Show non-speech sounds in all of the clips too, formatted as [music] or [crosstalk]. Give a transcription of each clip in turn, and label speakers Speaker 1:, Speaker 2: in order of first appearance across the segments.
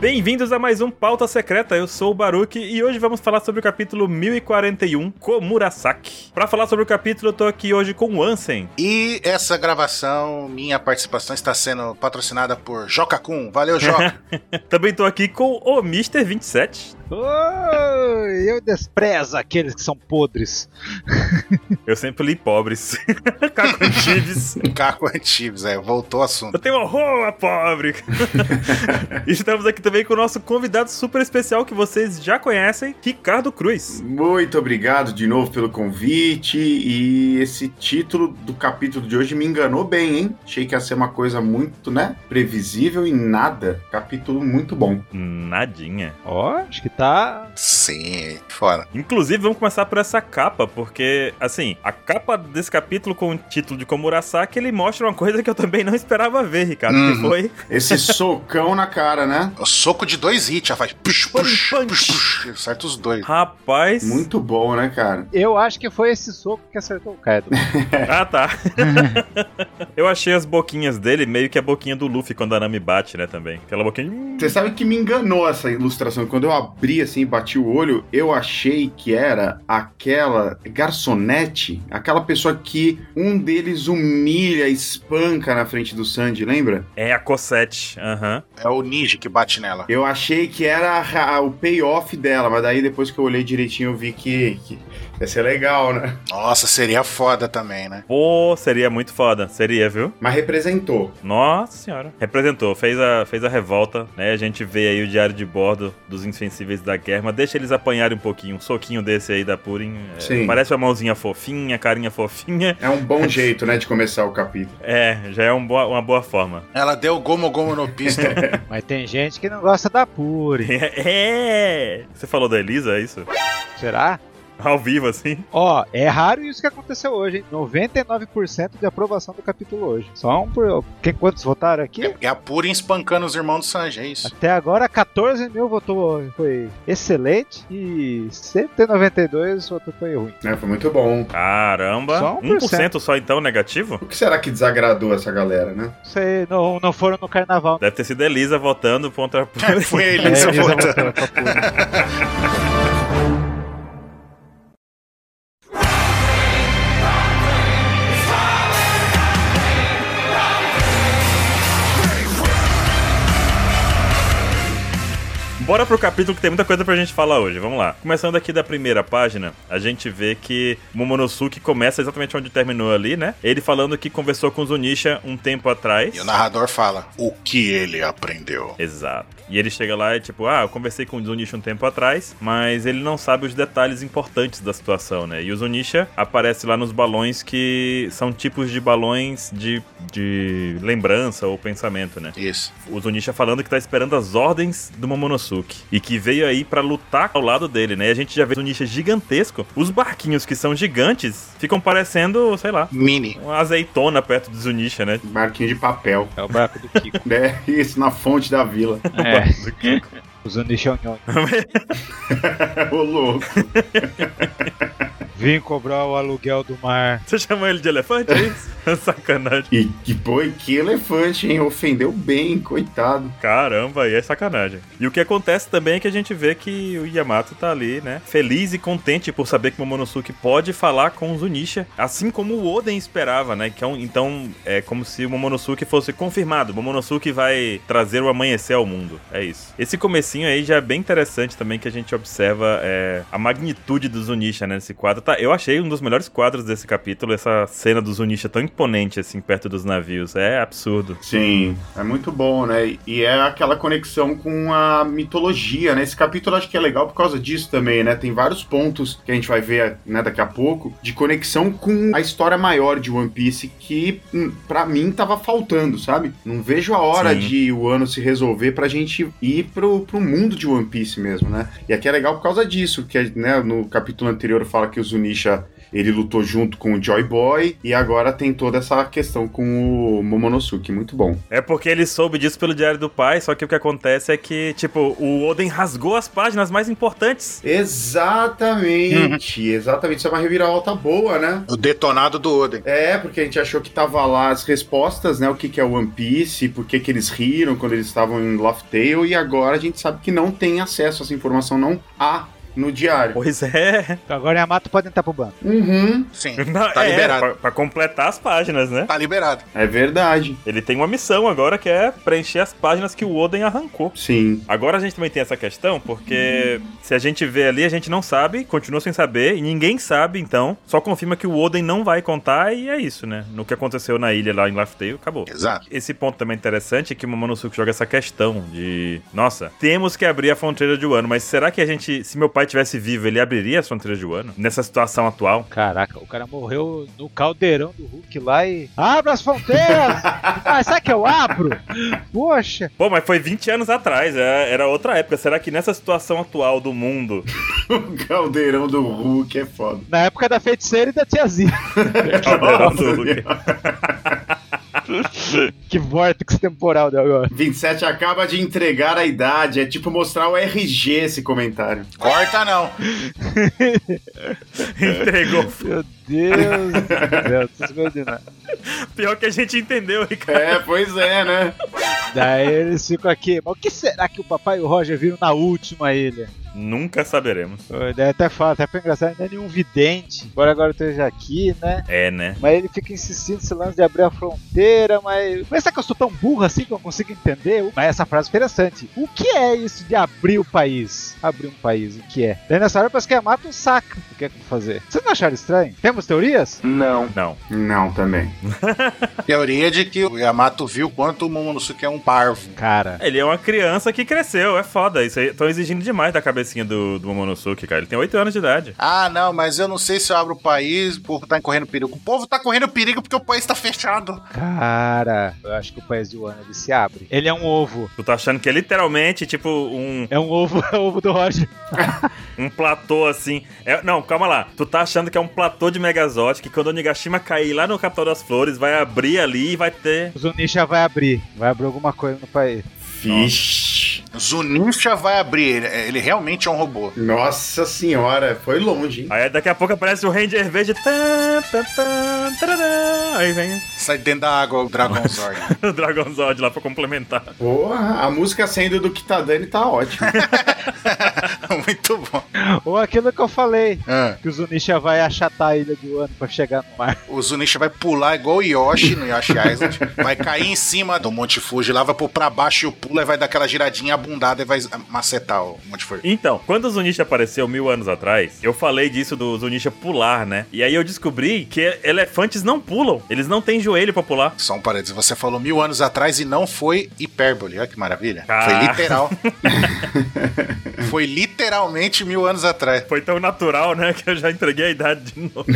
Speaker 1: Bem-vindos a mais um Pauta Secreta, eu sou o Baruki e hoje vamos falar sobre o capítulo 1041, Komurasaki. um Pra falar sobre o capítulo, eu tô aqui hoje com o Ansem. [laughs]
Speaker 2: E essa gravação, minha participação, está sendo patrocinada por Joca Kun. Valeu, Joca!
Speaker 1: Também tô aqui com o Mr. 27.
Speaker 3: Oi, eu desprezo aqueles que são podres.
Speaker 1: Eu sempre li pobres. [laughs] Caco Antibes.
Speaker 2: Caco Antibes, é, voltou o assunto.
Speaker 1: Eu tenho horror a pobre. [laughs] Estamos aqui também com o nosso convidado super especial que vocês já conhecem, Ricardo Cruz.
Speaker 4: Muito obrigado de novo pelo convite. E esse título do capítulo de hoje me enganou bem, hein? Achei que ia ser uma coisa muito, né? Previsível e nada. Capítulo muito bom.
Speaker 1: Nadinha.
Speaker 3: Ó, acho que tá.
Speaker 2: Sim, fora.
Speaker 1: Inclusive, vamos começar por essa capa, porque, assim, a capa desse capítulo com o título de Komurasaki, ele mostra uma coisa que eu também não esperava ver, Ricardo, que
Speaker 2: Uhum.
Speaker 1: foi...
Speaker 4: Esse socão na cara, né?
Speaker 2: O soco de dois hits, já faz pux, pux,
Speaker 1: Punch,
Speaker 2: pux, pux, acerta os dois.
Speaker 1: Rapaz...
Speaker 4: Muito bom, né, cara?
Speaker 3: Eu acho que foi esse soco que acertou o [laughs] Kaido.
Speaker 1: Ah, tá. eu achei as boquinhas dele meio que a boquinha do Luffy quando a Nami bate, né, também. Aquela boquinha...
Speaker 4: Você sabe que me enganou essa ilustração. Quando eu abri assim e bati o olho, eu achei que era aquela garçonete, aquela pessoa que um deles humilha, espanca na frente do Sandy, lembra?
Speaker 1: É a Cosette, aham.
Speaker 2: É o ninja que bate nela.
Speaker 4: Eu achei que era a- a- o payoff dela, mas daí depois que eu olhei direitinho eu vi que, que ia ser legal, né?
Speaker 2: Nossa, seria foda também, né?
Speaker 1: Pô, seria muito foda. Seria, viu?
Speaker 4: Mas representou.
Speaker 1: Nossa senhora. Representou, fez a, fez a revolta, né? A gente vê aí o diário de bordo dos insensíveis da guerra, mas deixa eles apanharem um pouquinho. Um soquinho desse aí da Purim. é,
Speaker 4: Sim.
Speaker 1: parece uma mãozinha fofinha, carinha fofinha.
Speaker 4: É um bom jeito, né, de começar o capítulo.
Speaker 1: É, já é um boa- uma boa forma. [laughs]
Speaker 2: Ela deu gomo gomo no pista.
Speaker 3: Mas tem gente que não gosta da Puri.
Speaker 1: É! Você falou da Elisa, é isso?
Speaker 3: Será?
Speaker 1: Ao vivo, assim?
Speaker 3: Ó, é raro isso que aconteceu hoje, hein? 99% de aprovação do capítulo hoje. Só um por. Quem, quantos votaram aqui?
Speaker 2: é a Purim espancando os irmãos do Sanji, é
Speaker 3: [laughs]
Speaker 2: isso.
Speaker 3: Até agora, 14 mil votou foi excelente e 192 votou foi ruim.
Speaker 4: É, foi muito bom.
Speaker 1: Caramba!
Speaker 3: Só 1%.
Speaker 1: 1% só então negativo?
Speaker 4: O que será que desagradou essa galera, né?
Speaker 3: Não sei, não, não foram no carnaval. né?
Speaker 1: Deve ter sido a Elisa votando contra a Purim.
Speaker 2: Foi ele,
Speaker 3: É,
Speaker 2: essa
Speaker 3: eles
Speaker 2: foda.
Speaker 3: votaram pra Puri.
Speaker 1: Bora pro capítulo que tem muita coisa pra gente falar hoje, vamos lá. Começando aqui da primeira página, a gente vê que Momonosuke começa exatamente onde terminou ali, né? Ele falando que conversou com Zunisha um tempo atrás.
Speaker 2: E o narrador fala: O que ele aprendeu?
Speaker 1: Exato. E ele chega lá e tipo, ah, eu conversei com o Zunisha um tempo atrás, mas ele não sabe os detalhes importantes da situação, né? E o Zunisha aparece lá nos balões que são tipos de balões de, de lembrança ou pensamento, né?
Speaker 2: Isso.
Speaker 1: o Zunisha falando que tá esperando as ordens do Momonosuke e que veio aí pra lutar ao lado dele, né? E a gente já vê o Zunisha gigantesco. Os barquinhos que são gigantes ficam parecendo, sei lá,
Speaker 2: Mini.
Speaker 1: uma azeitona perto do Zunisha, né? [laughs]
Speaker 4: Um Barquinho de papel.
Speaker 3: É o barco do Kiko.
Speaker 4: É [laughs] isso, na fonte da vila. [laughs]
Speaker 3: É, usando o Xionhon.
Speaker 4: Ô, louco.
Speaker 3: Vim cobrar o aluguel do mar.
Speaker 1: Você chamou ele de elefante, é isso? [laughs] sacanagem.
Speaker 4: E que, pô, e que elefante, hein? Ofendeu bem, coitado.
Speaker 1: Caramba, aí é sacanagem. E o que acontece também é que a gente vê que o Yamato tá ali, né? Feliz e contente por saber que Momonosuke pode falar com o Zunisha, assim como o Oden esperava, né? Que é um- então é como se o Momonosuke fosse confirmado. Momonosuke vai trazer o amanhecer ao mundo. É isso. Esse comecinho aí já é bem interessante também que a gente observa é, a magnitude do Zunisha, né? Nesse quadro. Tá, eu achei um dos melhores quadros desse capítulo, essa cena do Zunisha tão imponente, assim, perto dos navios. É absurdo.
Speaker 4: Sim, é muito bom, né? E é aquela conexão com a mitologia, né? Esse capítulo acho que é legal por causa disso também, né? Tem vários pontos que a gente vai ver né, daqui a pouco de conexão com a história maior de One Piece que hum, pra mim tava faltando, sabe? Não vejo a hora
Speaker 1: Sim.
Speaker 4: de o ano se resolver pra gente ir pro, pro mundo de One Piece mesmo, né? E aqui é legal por causa disso, que né, no capítulo anterior fala que o Zunisha Ele lutou junto com o Joy Boy e agora tem toda essa questão com o Momonosuke. Muito bom.
Speaker 1: É porque ele soube disso pelo Diário do Pai, só que o que acontece é que, tipo, o Oden rasgou as páginas mais importantes.
Speaker 4: Exatamente, [laughs] exatamente. Isso é uma reviravolta boa, né?
Speaker 2: O detonado do Oden.
Speaker 4: É, porque a gente achou que tava lá as respostas, né? O que, que é One Piece, por que, que eles riram quando eles estavam em Loft Tale, e agora a gente sabe que não tem acesso a essa informação, não há no diário.
Speaker 1: Pois é. [laughs]
Speaker 3: Então agora Yamato pode entrar pro banco.
Speaker 4: Uhum.
Speaker 2: Sim.
Speaker 1: Não,
Speaker 2: Tá
Speaker 1: é,
Speaker 2: liberado.
Speaker 1: pra- pra completar as páginas, né?
Speaker 2: Tá liberado.
Speaker 4: É verdade.
Speaker 1: Ele tem uma missão agora que é preencher as páginas que o Oden arrancou.
Speaker 4: Sim. [laughs]
Speaker 1: Agora a gente também tem essa questão, porque se a gente vê ali, a gente não sabe, continua sem saber, e ninguém sabe, então só confirma que o Oden não vai contar, e é isso, né? No que aconteceu na ilha lá em Laugh Tale, acabou.
Speaker 2: Exato.
Speaker 1: Esse ponto também é interessante é que o Momonosuke joga essa questão de, nossa, temos que abrir a fronteira de Wano, mas será que a gente, se meu pai tivesse vivo, ele abriria as fronteiras de Wano? Nessa situação atual?
Speaker 3: Caraca, o cara morreu no caldeirão do Hulk lá e. Abra as [laughs] fronteiras! ah, será que eu abro? Poxa!
Speaker 1: Pô, mas foi 20 anos atrás, é- era outra época. Será que nessa situação atual do mundo,
Speaker 4: O caldeirão do Hulk é foda.
Speaker 3: Na época da feiticeira e da tiazinha.
Speaker 1: É caldeirão do
Speaker 4: Nossa [laughs]
Speaker 1: Hulk,
Speaker 4: Senhora.
Speaker 3: [laughs] que vórtice temporal deu agora.
Speaker 4: 27 acaba de entregar a idade. É tipo mostrar o RG esse comentário.
Speaker 2: Corta não.
Speaker 1: entregou
Speaker 3: Meu Deus do céu, tô escondendo.
Speaker 1: Pior que a gente entendeu, Ricardo.
Speaker 4: É, pois é, né?
Speaker 3: Daí eles ficam aqui. Mas o que será que o papai e o Roger viram na última ilha?
Speaker 1: Nunca saberemos.
Speaker 3: Ô, Daí até fala, até foi engraçado, não é nenhum vidente. Embora agora eu esteja aqui, né?
Speaker 1: É, né?
Speaker 3: Mas ele fica insistindo nesse lance de abrir a fronteira, mas. Mas será que eu sou tão burro assim que eu não consigo entender? Mas essa frase é interessante. O que é isso de abrir o país? Abrir um país, o que é? Daí nessa hora parece que é mato um saco. O que é que eu vou fazer? Vocês não acharam estranho? Temos teorias?
Speaker 4: Não.
Speaker 1: Não.
Speaker 4: Não, também.
Speaker 2: Teoria de que o Yamato viu quanto o Momonosuke é um parvo.
Speaker 3: Cara.
Speaker 1: Ele é uma criança que cresceu, é foda. Isso aí, estão exigindo demais da cabecinha do, do Momonosuke, cara. Ele tem 8 anos de idade.
Speaker 2: Ah, não, mas eu não sei se eu abro o país, o povo tá correndo perigo. O povo tá correndo perigo porque o país tá fechado.
Speaker 3: Cara, eu acho que o país de Wano ele se abre. Ele é um ovo.
Speaker 1: Tu tá achando que é literalmente, tipo, um,
Speaker 3: É um ovo, [laughs] é o ovo do Roger.
Speaker 1: um platô assim. É- não, calma lá. Tu tá achando que é um platô de Megazord que quando o Nigashima cair lá no Capital das Flores, vai abrir ali e vai ter.
Speaker 3: O Zunisha vai abrir. Vai abrir alguma coisa no país.
Speaker 4: Vixe.
Speaker 2: Zunisha vai abrir, ele, ele realmente é um robô.
Speaker 4: Nossa senhora, foi longe, hein?
Speaker 1: Aí daqui a pouco aparece o Ranger Verde. Tan, tan, tan, tarará. Aí vem [laughs]
Speaker 2: Sai de dentro da água o Dragon Zord.
Speaker 1: o Dragon Zord lá pra complementar.
Speaker 4: Porra, a música saindo do Kitadani tá ótima.
Speaker 2: [laughs] Muito bom.
Speaker 3: Ou aquilo que eu falei.
Speaker 2: Ah,
Speaker 3: Que o Zunisha vai achatar a ilha de Wano pra chegar no mar.
Speaker 2: o Zunisha vai pular igual o Yoshi no Yoshi Island, vai cair em cima do Monte Fuji, lá vai pôr pra baixo e o pula e vai dar aquela giradinha abundada e vai macetar o Monte Fuji.
Speaker 1: Então, quando o Zunisha apareceu mil anos atrás, eu falei disso do Zunisha pular, né? E aí eu descobri que elefantes não pulam. Eles não têm joelho pra pular.
Speaker 2: Só um parênteses, você falou mil anos atrás e não foi hipérbole, olha que maravilha.
Speaker 1: Ah.
Speaker 2: Foi literal. foi literalmente mil anos atrás.
Speaker 1: Foi tão natural, né? Que eu já entreguei a idade de novo.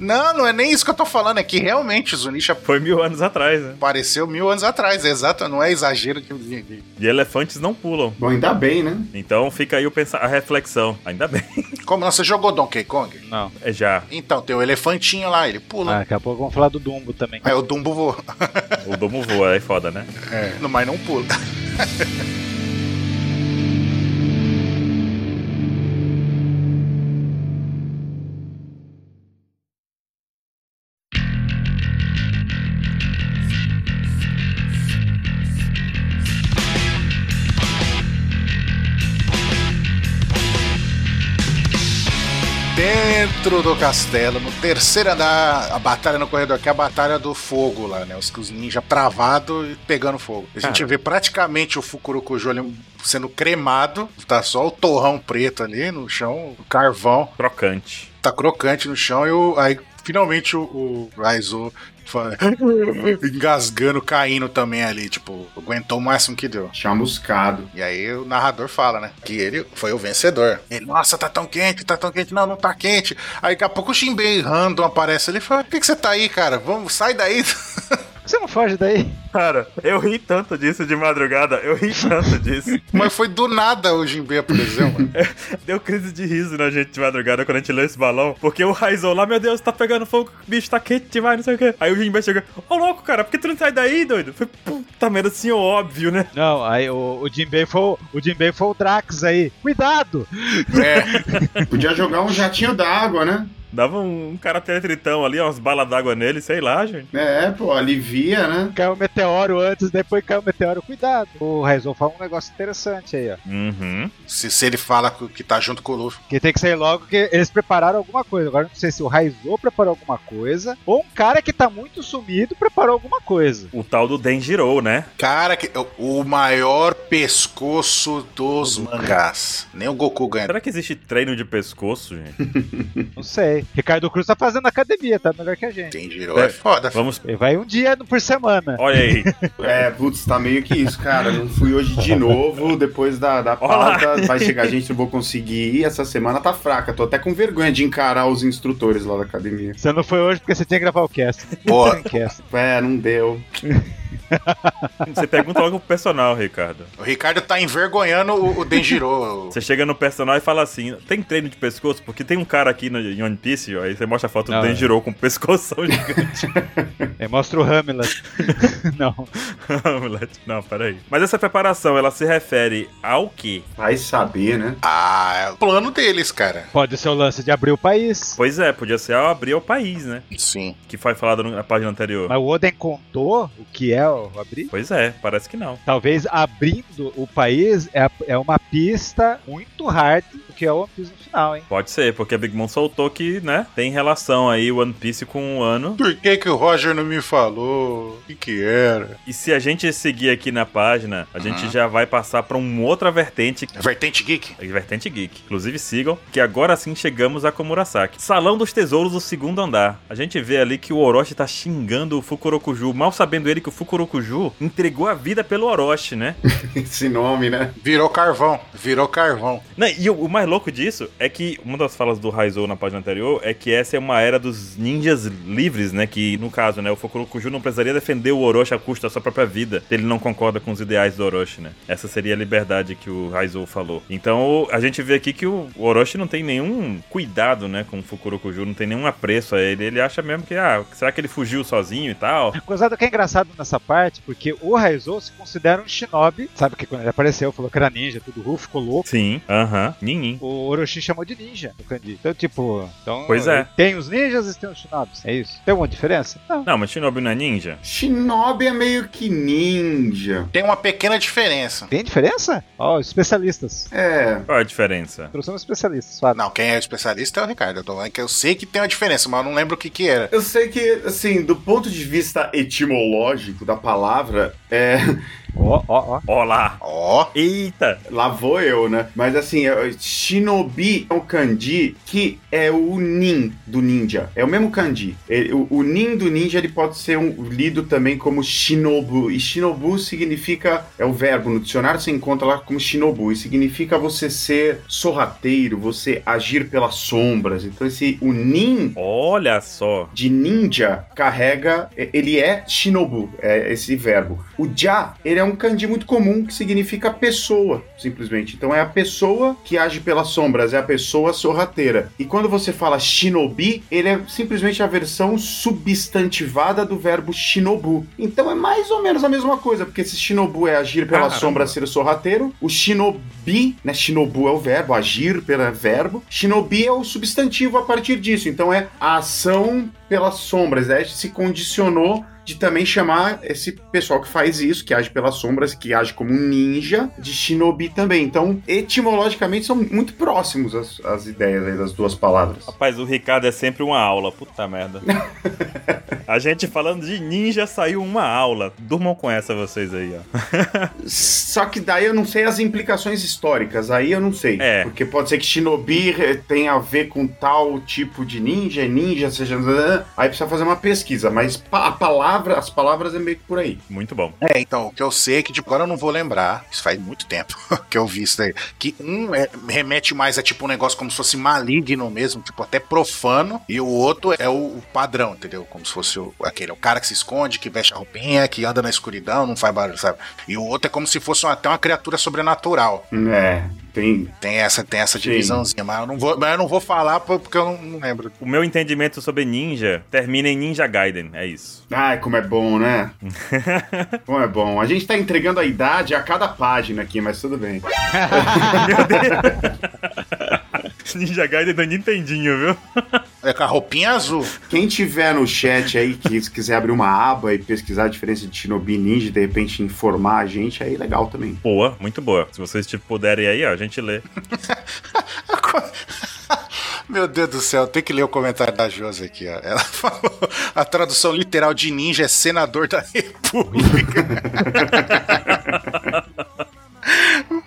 Speaker 2: Não, não é nem isso que eu tô falando, é que realmente o Zunisha
Speaker 1: Foi mil anos atrás, né?
Speaker 2: apareceu mil anos atrás, é exato, não é exagero de- de- de
Speaker 1: E elefantes não pulam.
Speaker 4: Bom, ainda bem, né?
Speaker 1: Então fica aí o pensa a reflexão. Ainda bem.
Speaker 2: Como não, você jogou Donkey Kong?
Speaker 3: Não.
Speaker 1: É já.
Speaker 2: Então, tem o elefantinho lá, ele
Speaker 3: Ah,
Speaker 2: pula.
Speaker 3: daqui a pouco vamos falar do Dumbo também.
Speaker 2: Aí o Dumbo voa.
Speaker 1: O domo voa, é foda, né?
Speaker 2: É. Não, Mas não pula. Dentro do castelo, no terceiro andar, a batalha no corredor aqui é a batalha do fogo lá, né? Os, os ninjas travados e pegando fogo. A gente
Speaker 1: Cara.
Speaker 2: vê praticamente o Fukurokujo ali sendo cremado, tá só o torrão preto ali no chão, o carvão,
Speaker 1: Crocante.
Speaker 2: tá crocante no chão e o, aí finalmente o, o Aizu fala- [laughs] engasgando, caindo também ali, tipo, aguentou o máximo que deu.
Speaker 4: Chamuscado.
Speaker 2: E aí o narrador fala, né? Que ele foi o vencedor. Ele, nossa, tá tão quente, tá tão quente. Não, não tá quente. Aí daqui a pouco o Shinbei random aparece ali e fala, por que, que você tá aí, cara? Vamos, sai daí. [laughs]
Speaker 3: Você não foge daí.
Speaker 1: Cara, eu ri tanto disso de madrugada, eu ri tanto disso.
Speaker 2: Mas foi do nada o Jimbei apareceu, mano.
Speaker 1: Deu crise de riso na gente de madrugada quando a gente leu esse balão, porque o Raizou lá, meu Deus, tá pegando fogo, bicho, tá quente demais, não sei o quê. Aí o Jimbei chega, ô louco, cara, por que tu não sai daí, doido? Foi puta merda, assim, óbvio, né?
Speaker 3: Não, aí o, o Jinbei foi, o- o Jinbei foi o Drax aí. Cuidado!
Speaker 2: É,
Speaker 4: Podia jogar um jatinho d'água, né?
Speaker 1: Dava um, um cara teletritão ali, umas balas d'água nele, sei lá, gente.
Speaker 4: É, pô, alivia, né?
Speaker 3: Caiu o meteoro antes, depois caiu o meteoro. Cuidado! O Raizou fala um negócio interessante aí, ó.
Speaker 1: Uhum.
Speaker 2: se, se ele fala que tá junto com o Luffy.
Speaker 3: Que tem que sair logo, que eles prepararam alguma coisa. Agora não sei se o Raizou preparou alguma coisa, ou um cara que tá muito sumido preparou alguma coisa.
Speaker 1: O tal do Denjiro, né?
Speaker 2: Cara, que, o maior pescoço dos mangás. Nem o Goku ganha.
Speaker 1: Será que existe treino de pescoço, gente?
Speaker 3: Não sei. Ricardo Cruz tá fazendo academia, tá melhor que a gente.
Speaker 2: Tem Jirô, é foda.
Speaker 1: Vamos.
Speaker 3: Ele vai um dia por semana.
Speaker 1: Olha aí.
Speaker 4: É, putz, tá meio que isso, cara. Não fui hoje de novo, depois da, da pauta, vai chegar gente, não vou conseguir ir. Essa semana tá fraca, tô até com vergonha de encarar os instrutores lá da academia.
Speaker 3: Você não foi hoje porque você tinha que gravar o cast.
Speaker 2: Boa.
Speaker 3: Tem cast.
Speaker 4: É, não deu.
Speaker 1: Você pergunta logo pro personal, Ricardo.
Speaker 2: O Ricardo tá envergonhando o, o [laughs] Denjiro.
Speaker 1: Você chega no personal e fala assim: tem treino de pescoço? Porque tem um cara aqui no, em One Piece, ó, aí você mostra a foto
Speaker 3: Não,
Speaker 1: do
Speaker 3: é.
Speaker 1: Denjiro com o pescoção [laughs] gigante.
Speaker 3: É, mostra o Hamlet. [laughs] não.
Speaker 1: Ah, Moleque, Não, peraí. Mas essa preparação, ela se refere ao quê?
Speaker 4: Vai saber, né? [laughs]
Speaker 2: Ah, é o plano deles, cara.
Speaker 3: Pode ser o lance de abrir o país.
Speaker 1: Pois é, podia ser ao abrir ao país, né?
Speaker 2: Sim.
Speaker 1: Que foi falado na página anterior.
Speaker 3: Mas o Oden contou o que é o abrir?
Speaker 1: Pois é, parece que não.
Speaker 3: Talvez abrindo o país é, é uma pista muito hard do que é o One Piece no final, hein?
Speaker 1: Pode ser, porque a Big Mom soltou que, né, tem relação aí One Piece com o ano.
Speaker 2: Por que, que o Roger não me falou? O que, que era?
Speaker 1: E se a gente seguir aqui na página, a gente já vai passar pra uma outra vertente
Speaker 2: É Vertente Geek?
Speaker 1: Vertente Geek. Inclusive sigam, que agora sim chegamos a Komurasaki. Salão dos Tesouros do segundo andar. A gente vê ali que o Orochi tá xingando o Fukurokuju, mal sabendo ele que o Fukurokuju entregou a vida pelo Orochi, né?
Speaker 4: Esse nome, né?
Speaker 2: Virou carvão. Virou carvão.
Speaker 1: Não, e o, o mais louco disso é que uma das falas do Raizou na página anterior é que essa é uma era dos ninjas livres, né? Que no caso, né, o Fukurokuju não precisaria defender o Orochi à custa da sua própria vida, se ele não concorda com os ideais do Orochi, né? Essa seria a liberdade que o Raizou falou. Então a gente vê aqui que o Orochi não tem nenhum cuidado, né, com o Fukurokuju, não tem nenhum apreço a ele. Ele acha mesmo que, ah, será que ele fugiu sozinho e tal?
Speaker 3: Coisado que é engraçado nessa parte, porque o Raizou se considera um shinobi. Sabe que quando ele apareceu, falou que era ninja, tudo ruim, ficou louco.
Speaker 1: Sim, aham, ninguém.
Speaker 3: O Orochi chamou de ninja o Kandi. Então, tipo, então,
Speaker 1: Pois é.
Speaker 3: tem os ninjas e tem os shinobis. É isso. Tem alguma diferença? Não.
Speaker 1: Não, mas Shinobi não é ninja?
Speaker 4: Shinobi é meio que ninja.
Speaker 2: Tem uma pequena diferença.
Speaker 3: Tem diferença? Ó, os especialistas.
Speaker 4: É,
Speaker 1: Qual é a diferença?
Speaker 3: Trouxemos especialistas, Fábio.
Speaker 2: Não, quem é especialista é o Ricardo. Eu, tô falando que eu sei que tem uma diferença, mas eu não lembro o que que era.
Speaker 4: eu sei que, assim, do ponto de vista etimológico da palavra, é,
Speaker 3: Ó, ó, ó.
Speaker 1: Olá!
Speaker 2: Ó,
Speaker 1: Eita!
Speaker 4: Lá vou eu, né? Mas assim, é- Shinobi é o kanji que é o nin do ninja. É o mesmo kanji. Ele- o, o nin do ninja ele pode ser um- lido também como shinobu. E shinobu significa. É o verbo. No dicionário você encontra lá como shinobu. E significa você ser sorrateiro, você agir pelas sombras. Então esse o nin.
Speaker 1: Olha só!
Speaker 4: De ninja carrega, é- ele é shinobu, é esse verbo. O ja, ele é um kanji muito comum que significa pessoa, simplesmente. Então é a pessoa que age pelas sombras, é a pessoa sorrateira. E quando você fala shinobi, ele é simplesmente a versão substantivada do verbo shinobu. Então é mais ou menos a mesma coisa, porque se shinobu é agir pela
Speaker 1: Caramba.
Speaker 4: sombra, ser sorrateiro, o shinobi, né, shinobu é o verbo, agir pela verbo, shinobi é o substantivo a partir disso. Então é a ação pelas sombras, né? Se condicionou de também chamar esse pessoal que faz isso, que age pelas sombras, que age como um ninja, de shinobi também. Então, etimologicamente, são muito próximos as, as ideias aí das duas palavras.
Speaker 1: Rapaz, o Ricardo é sempre uma aula, puta merda. A gente falando de ninja saiu uma aula. Durmam com essa vocês aí, ó.
Speaker 4: Só que daí eu não sei as implicações históricas, aí eu não sei.
Speaker 1: É.
Speaker 4: Porque pode ser que shinobi eh, tenha a ver é né, com tal tipo de ninja, ninja, seja... Aí precisa fazer uma pesquisa, mas pa- a palavra, as palavras é meio que por aí.
Speaker 1: Muito bom.
Speaker 2: É, então, o que eu sei é que, tipo, agora eu não vou lembrar, isso faz muito tempo [laughs] que eu vi isso daí, que um é- remete mais a, tipo, um negócio como se fosse maligno mesmo, tipo, até profano, e o outro é o, o padrão, entendeu? Como se fosse o- aquele, é o cara que se esconde, que veste a roupinha, que anda na escuridão, não faz barulho, sabe? E o outro é como se fosse uma- até uma criatura sobrenatural.
Speaker 4: É, tem.
Speaker 2: Tem essa, tem essa
Speaker 4: Sim.
Speaker 2: divisãozinha, mas eu não vou, mas eu não vou falar por- porque eu não, não lembro.
Speaker 1: O meu entendimento sobre ninja termina em Ninja Gaiden, é isso. [laughs]
Speaker 4: Ai, como é bom, né? como é bom. A gente tá entregando a idade a cada página aqui, mas tudo bem.
Speaker 1: Ninja Gaiden do Nintendinho, viu?
Speaker 2: É com a roupinha azul.
Speaker 4: Quem tiver no chat aí que [laughs] se quiser abrir uma aba e pesquisar a diferença de Shinobi e Ninja e de repente informar a gente, aí legal também.
Speaker 1: Boa, muito boa. Se vocês tipo, puderem aí, ó, a gente lê.
Speaker 2: [laughs] Meu Deus do céu, tem que ler o comentário da Josi aqui, ó. Ela [laughs] falou: a tradução literal de ninja é senador da república.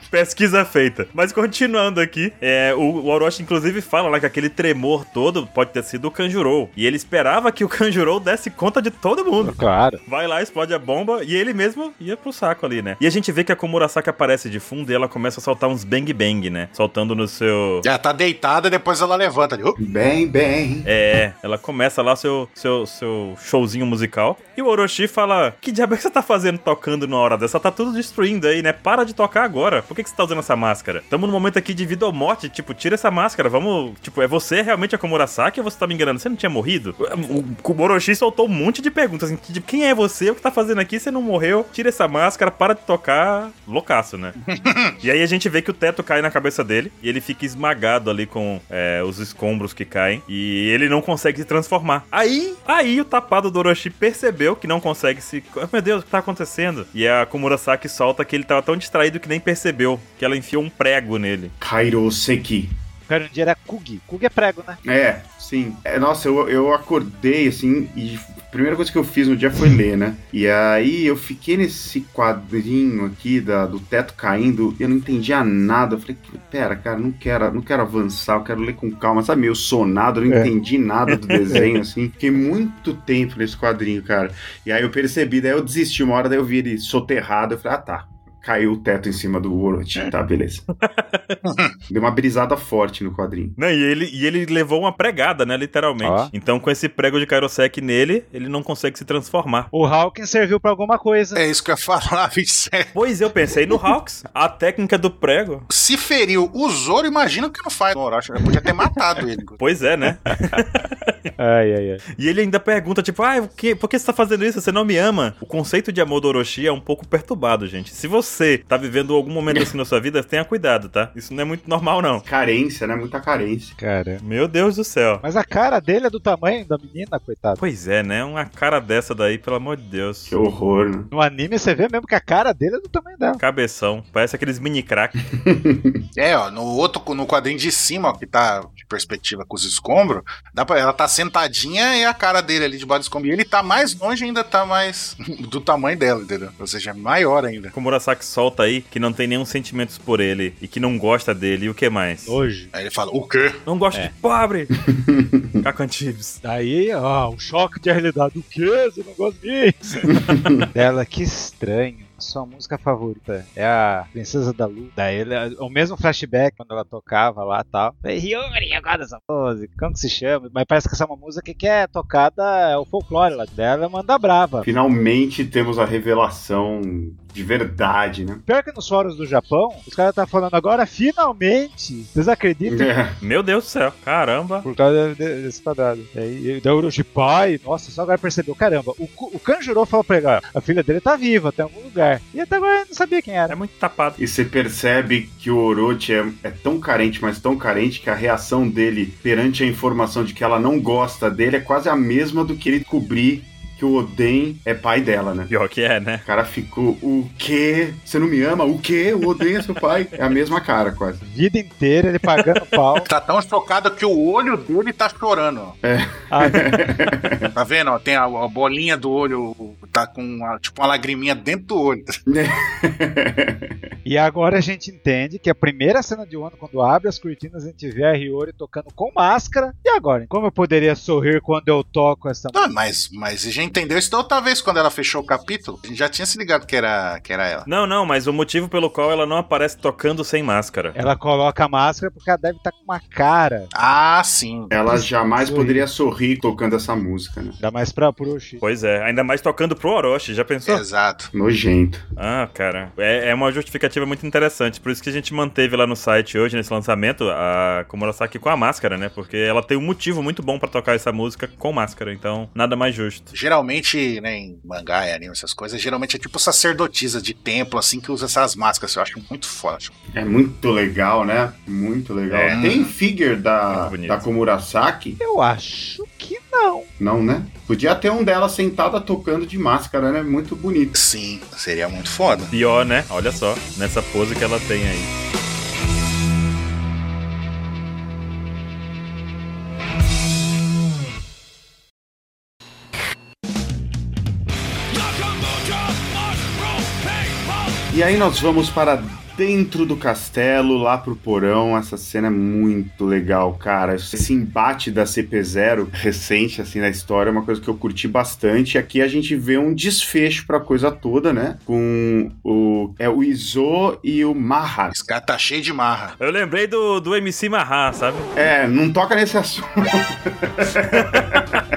Speaker 1: Pesquisa feita. Mas continuando aqui, é, o, o Orochi inclusive fala lá que aquele tremor todo pode ter sido o Kanjurou. E ele esperava que o Kanjurou desse conta de todo mundo.
Speaker 3: Claro.
Speaker 1: Vai lá, explode a bomba e ele mesmo ia pro saco ali, né? E a gente vê que a Komurasaki aparece de fundo e ela começa a soltar uns bang bang, né? Soltando no seu.
Speaker 2: Ela tá deitada, depois ela levanta ali. "Opa,
Speaker 4: Bem, bem.
Speaker 1: É, ela começa lá seu, seu, seu showzinho musical. E o Orochi fala: Que diabo é que você tá fazendo tocando na hora dessa? Tá tudo destruindo aí, né? Para de tocar agora. Por que, que você tá usando essa máscara? Tamo num momento aqui de vida ou morte. Tipo, tira essa máscara. Vamos. Tipo, é você realmente a Komurasaki ou você tá me enganando? Você não tinha morrido? O, o Orochi soltou um monte de perguntas. Assim, de quem é você? O que tá fazendo aqui? Você não morreu? Tira essa máscara, para de tocar. Loucaço, né? E aí a gente vê que o teto cai na cabeça dele e ele fica esmagado ali com é, os escombros que caem e ele não consegue se transformar. Aí, aí o tapado do Orochi percebeu que não consegue se... Ah, Meu Deus, o que tá acontecendo? E a Komurasaki solta que ele tava tão distraído que nem percebeu, que ela enfiou um prego nele.
Speaker 4: Kairoseki.
Speaker 3: O cara um dia era Kug. Kug é prego, né?
Speaker 4: É, sim. É, nossa, eu, eu acordei assim e a primeira coisa que eu fiz no dia foi ler, né? E aí eu fiquei nesse quadrinho aqui da, do teto caindo, eu não entendia nada. Eu falei, "Que- pera, cara, não quero, não quero avançar, eu quero ler com calma, sabe? Meio sonado, eu não
Speaker 3: É.
Speaker 4: entendi nada do desenho, assim. Fiquei muito tempo nesse quadrinho, cara. E aí eu percebi, daí eu desisti uma hora, daí eu vi ele soterrado, eu falei, ah tá. Caiu o teto em cima do Orochi, tá, beleza. Deu uma brisada forte no quadrinho.
Speaker 1: Não, e ele, e ele levou uma pregada, né, literalmente.
Speaker 3: Ó.
Speaker 1: Então com esse prego de Kairosek nele, ele não consegue se transformar.
Speaker 3: O Hawking serviu pra alguma coisa.
Speaker 2: É isso que eu ia falar, [laughs] 27.
Speaker 1: Pois eu pensei no Hawks, a técnica do prego.
Speaker 2: Se feriu o Zoro, imagina o que não faz. O Orochi já podia ter matado ele. [laughs]
Speaker 1: Pois é, né?
Speaker 3: Ai, ai, ai.
Speaker 1: E ele ainda pergunta, tipo, ah, o que- por que você tá fazendo isso? Você não me ama? O conceito de amor do Orochi é um pouco perturbado, gente. Se você tá vivendo algum momento assim na sua vida, [laughs] tenha cuidado, tá? Isso não é muito normal, não.
Speaker 4: Carência, né? Muita carência.
Speaker 3: Cara.
Speaker 1: Meu Deus do céu.
Speaker 3: Mas a cara dele é do tamanho da menina, coitado.
Speaker 1: Pois é, né? Uma cara dessa daí, pelo amor de Deus.
Speaker 4: Que horror, né?
Speaker 3: No anime você vê mesmo que a cara dele é do tamanho dela.
Speaker 1: Cabeção. Parece aqueles mini crack.
Speaker 2: É, ó, no outro, no quadrinho de cima, ó, que tá de perspectiva com os escombros, dá pra, ela tá sentadinha e a cara dele ali debaixo do escombro. E ele tá mais longe, ainda tá mais [laughs] do tamanho dela, entendeu? Ou seja, é maior ainda.
Speaker 1: Como o Murasaki solta aí, que não tem nenhum sentimentos por ele e que não gosta dele. E o que mais?
Speaker 3: Hoje.
Speaker 2: Aí ele fala, o quê?
Speaker 1: Não gosta de pobre. Cacantibes.
Speaker 3: Daí, ó, um choque de realidade. O quê? Você não gosta de mim? Dela, que estranho. Sua música favorita é a Princesa da Lua. Daí, ele- é o mesmo flashback quando ela tocava lá e tal. Daí, Yuri, eu gosto dessa música. Como que se chama? Mas parece que essa é uma música que é tocada, é o folclore lá dela, é manda brava.
Speaker 4: Finalmente temos a revelação de verdade, né? [laughs]
Speaker 3: Pior que nos fóruns do Japão, os caras tá falando agora, finalmente. Vocês acreditam?
Speaker 4: É.
Speaker 1: Meu Deus do céu. Caramba.
Speaker 3: Por causa de- desse quadrado. E aí, e daí o Orochipai, nossa, só agora percebeu. Caramba, o, Ku- o Kanjuro falou pra ele: ó, a filha dele tá viva, tá em algum lugar. E até agora ele não sabia quem
Speaker 1: É
Speaker 3: era.
Speaker 1: muito tapado.
Speaker 4: E você percebe que o Orochi é, é tão carente, mas tão carente, que a reação dele perante a informação de que ela não gosta dele é quase a mesma do que ele descobrir que o Oden é pai dela, né?
Speaker 1: Pior que é, né?
Speaker 4: O cara ficou, o quê? Você não me ama? O quê? O Oden é seu pai? É a mesma cara, quase.
Speaker 3: Vida inteira ele pagando pau.
Speaker 2: Tá tão chocado que o olho dele tá chorando. ó.
Speaker 3: Ah,
Speaker 2: Tá vendo? ó? Tem a, a bolinha do olho, tá com uma- tipo uma lagriminha dentro do olho.
Speaker 3: E agora a gente entende que a primeira cena de Wano, quando abre as cortinas, a gente vê a Hiyori tocando com máscara. E agora? Como eu poderia sorrir quando eu toco essa
Speaker 2: Ah, mas, mas a gente entendeu isso da outra vez quando ela fechou o capítulo. A gente já tinha se ligado que era, que era ela.
Speaker 1: Não, não, mas o motivo pelo qual ela não aparece tocando sem máscara.
Speaker 3: Ela coloca a máscara porque ela deve estar com uma cara.
Speaker 2: Ah, sim.
Speaker 4: Ela jamais
Speaker 3: Sorri.
Speaker 4: poderia sorrir tocando essa música, né?
Speaker 3: Ainda mais pra Prushi.
Speaker 1: Pois é, ainda mais tocando pro Orochi, já pensou?
Speaker 2: Exato.
Speaker 4: Nojento.
Speaker 1: Ah, cara, é, é uma justificativa muito interessante. Por isso que a gente manteve lá no site hoje, nesse lançamento, a Komurasaki com a máscara, né? Porque ela tem um motivo muito bom pra tocar essa música com máscara, então nada mais justo.
Speaker 2: Geralmente, né, em mangá e anime, essas coisas, geralmente é tipo sacerdotisa de templo, assim, que usa essas máscaras. Eu acho muito forte.
Speaker 4: É muito legal, né? Muito legal.
Speaker 1: É.
Speaker 4: Tem figure da,
Speaker 1: Muito bonito.
Speaker 4: da Komurasaki?
Speaker 3: Eu acho que não.
Speaker 4: Não, né? Podia ter um dela sentada tocando de máscara, né? Muito bonito.
Speaker 2: Sim, seria muito foda.
Speaker 1: Pior, né? Olha só, nessa pose que ela tem aí.
Speaker 4: E aí nós vamos para dentro do castelo, lá pro porão. Essa cena é muito legal, cara. Esse embate da CP0 recente, assim, na história, é uma coisa que eu curti bastante. Aqui a gente vê um desfecho pra coisa toda, né? Com o... É o Izo e o Maha.
Speaker 2: Esse cara tá cheio de marra.
Speaker 1: Eu lembrei do, do MC Marra, sabe?
Speaker 4: É, não toca nesse assunto. [laughs]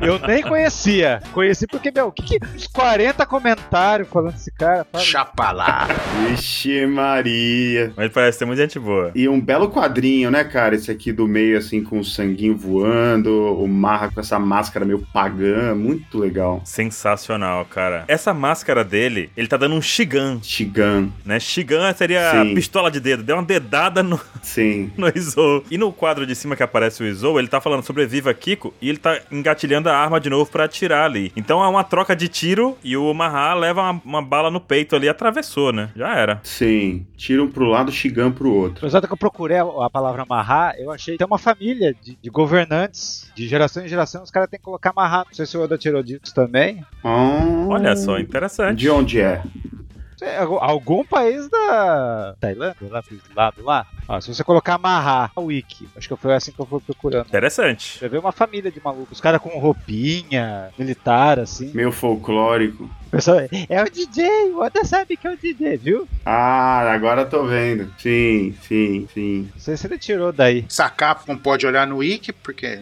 Speaker 3: Eu nem conhecia. Conheci porque, meu, que, que uns 40 comentários falando desse cara. Fala,
Speaker 2: Chapalá.
Speaker 4: Vixe Maria.
Speaker 1: Mas parece ter muita gente boa.
Speaker 4: E um belo quadrinho, né, cara? Esse aqui do meio, assim, com o sanguinho voando, o Marra com essa máscara meio pagã, muito legal.
Speaker 1: Sensacional, cara. Essa máscara dele, ele tá dando um Shigan,
Speaker 4: Shigan,
Speaker 1: né? Shigan seria
Speaker 4: Sim.
Speaker 1: a pistola de dedo. Deu uma dedada no,
Speaker 4: sim.
Speaker 1: no Izou. E no quadro de cima que aparece o Izou, ele tá falando sobreviva Kiko e ele tá engatilhando a arma de novo pra atirar ali. Então é uma troca de tiro e o Maha leva uma, uma bala no peito ali, atravessou, né? Já era.
Speaker 4: Sim. Tira um pro lado, Shigan pro outro.
Speaker 3: Apesar de que eu procurei a a palavra amarrar, eu achei que tem uma família de, de governantes, de geração em geração, os caras têm que colocar amarrar. Não sei se o Oda tirou disso também.
Speaker 4: Ah,
Speaker 1: Olha só, interessante.
Speaker 4: De onde é?
Speaker 3: Não sei, algu- Algum país da Tailândia, lá pro lado lá. Ó, se você colocar amarrar, a wiki, acho que foi assim que eu fui procurando.
Speaker 1: Interessante.
Speaker 3: Você vê uma família de malucos, os caras com roupinha, militar, assim.
Speaker 4: Meio folclórico.
Speaker 3: Pessoal, é o DJ, o Oda sabe que é o DJ, viu?
Speaker 4: Ah, agora tô vendo. Sim, sim, sim.
Speaker 3: Não sei se ele tirou daí.
Speaker 2: Sacar, não pode olhar no wiki, porque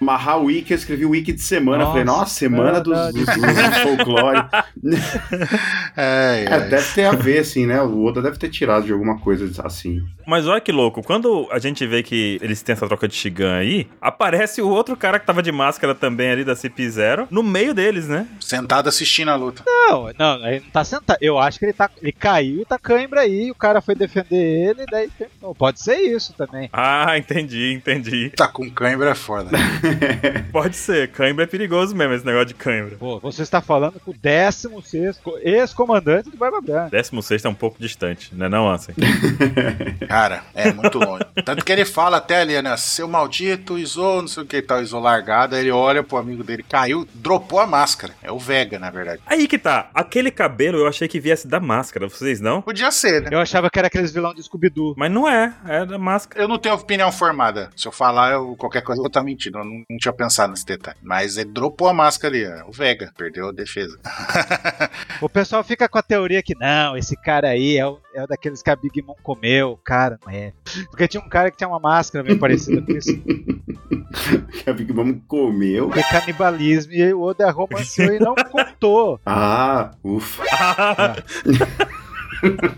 Speaker 4: Marra Wiki, eu escrevi o Wiki de semana.
Speaker 3: Nossa,
Speaker 4: Falei, nossa, semana dos,
Speaker 3: verdade.
Speaker 4: dos, dos folclóricos.
Speaker 2: É,
Speaker 4: É, deve ter a ver, assim, né? O Oda deve ter tirado de alguma coisa assim. [laughs]
Speaker 1: Mas olha que louco, quando a gente vê que eles têm essa troca de Shigan aí, aparece o outro cara que tava de máscara também ali da CP0 no meio deles, né?
Speaker 2: sentado assistindo a luta.
Speaker 3: Não, não, ele não tá sentado. Eu acho que ele, tá, ele caiu e tá cãibra aí, o cara foi defender ele, daí terminou. Pode ser isso também.
Speaker 1: Ah, [laughs] entendi, entendi.
Speaker 2: Tá com cãibra é foda. né?
Speaker 1: Pode ser, cãibra é perigoso mesmo esse negócio de cãibra.
Speaker 3: Pô, você está falando com o 16 ex-comandante do Barba Branca.
Speaker 1: 16 é um pouco distante, né não, Ansem?
Speaker 2: Cara, é muito longe. Tanto que ele fala até ali, né? Seu maldito, Iso, não sei o que tal, Iso largado. Aí ele olha pro amigo dele, caiu, dropou a máscara. É o Vega, na verdade.
Speaker 1: Aí que tá, aquele cabelo eu achei que viesse da máscara, vocês não?
Speaker 2: Podia ser, né?
Speaker 3: Eu achava que era aqueles vilão de Scooby-Doo.
Speaker 1: Mas não é, é da máscara. [laughs]
Speaker 2: Eu não tenho opinião formada. Se eu falar eu- qualquer coisa, eu vou estar mentindo. Eu não, não tinha pensado nesse detalhe. Mas ele dropou a máscara ali, ó. o Vega. Perdeu a defesa.
Speaker 3: O pessoal fica com a teoria que não, esse cara aí é o, é o daqueles que a Big Mom comeu. Cara, não é. Porque tinha um cara que tinha uma máscara meio parecida com isso.
Speaker 4: A Big Mom comeu.
Speaker 3: Foi canibalismo e o Oda romanceou e não contou.
Speaker 4: Ah, ufa,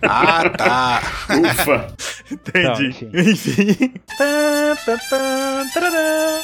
Speaker 2: ah, tá.
Speaker 4: ufa.
Speaker 1: Entendi.
Speaker 3: Não,
Speaker 1: Enfim. Tã, tã, tã, tarará.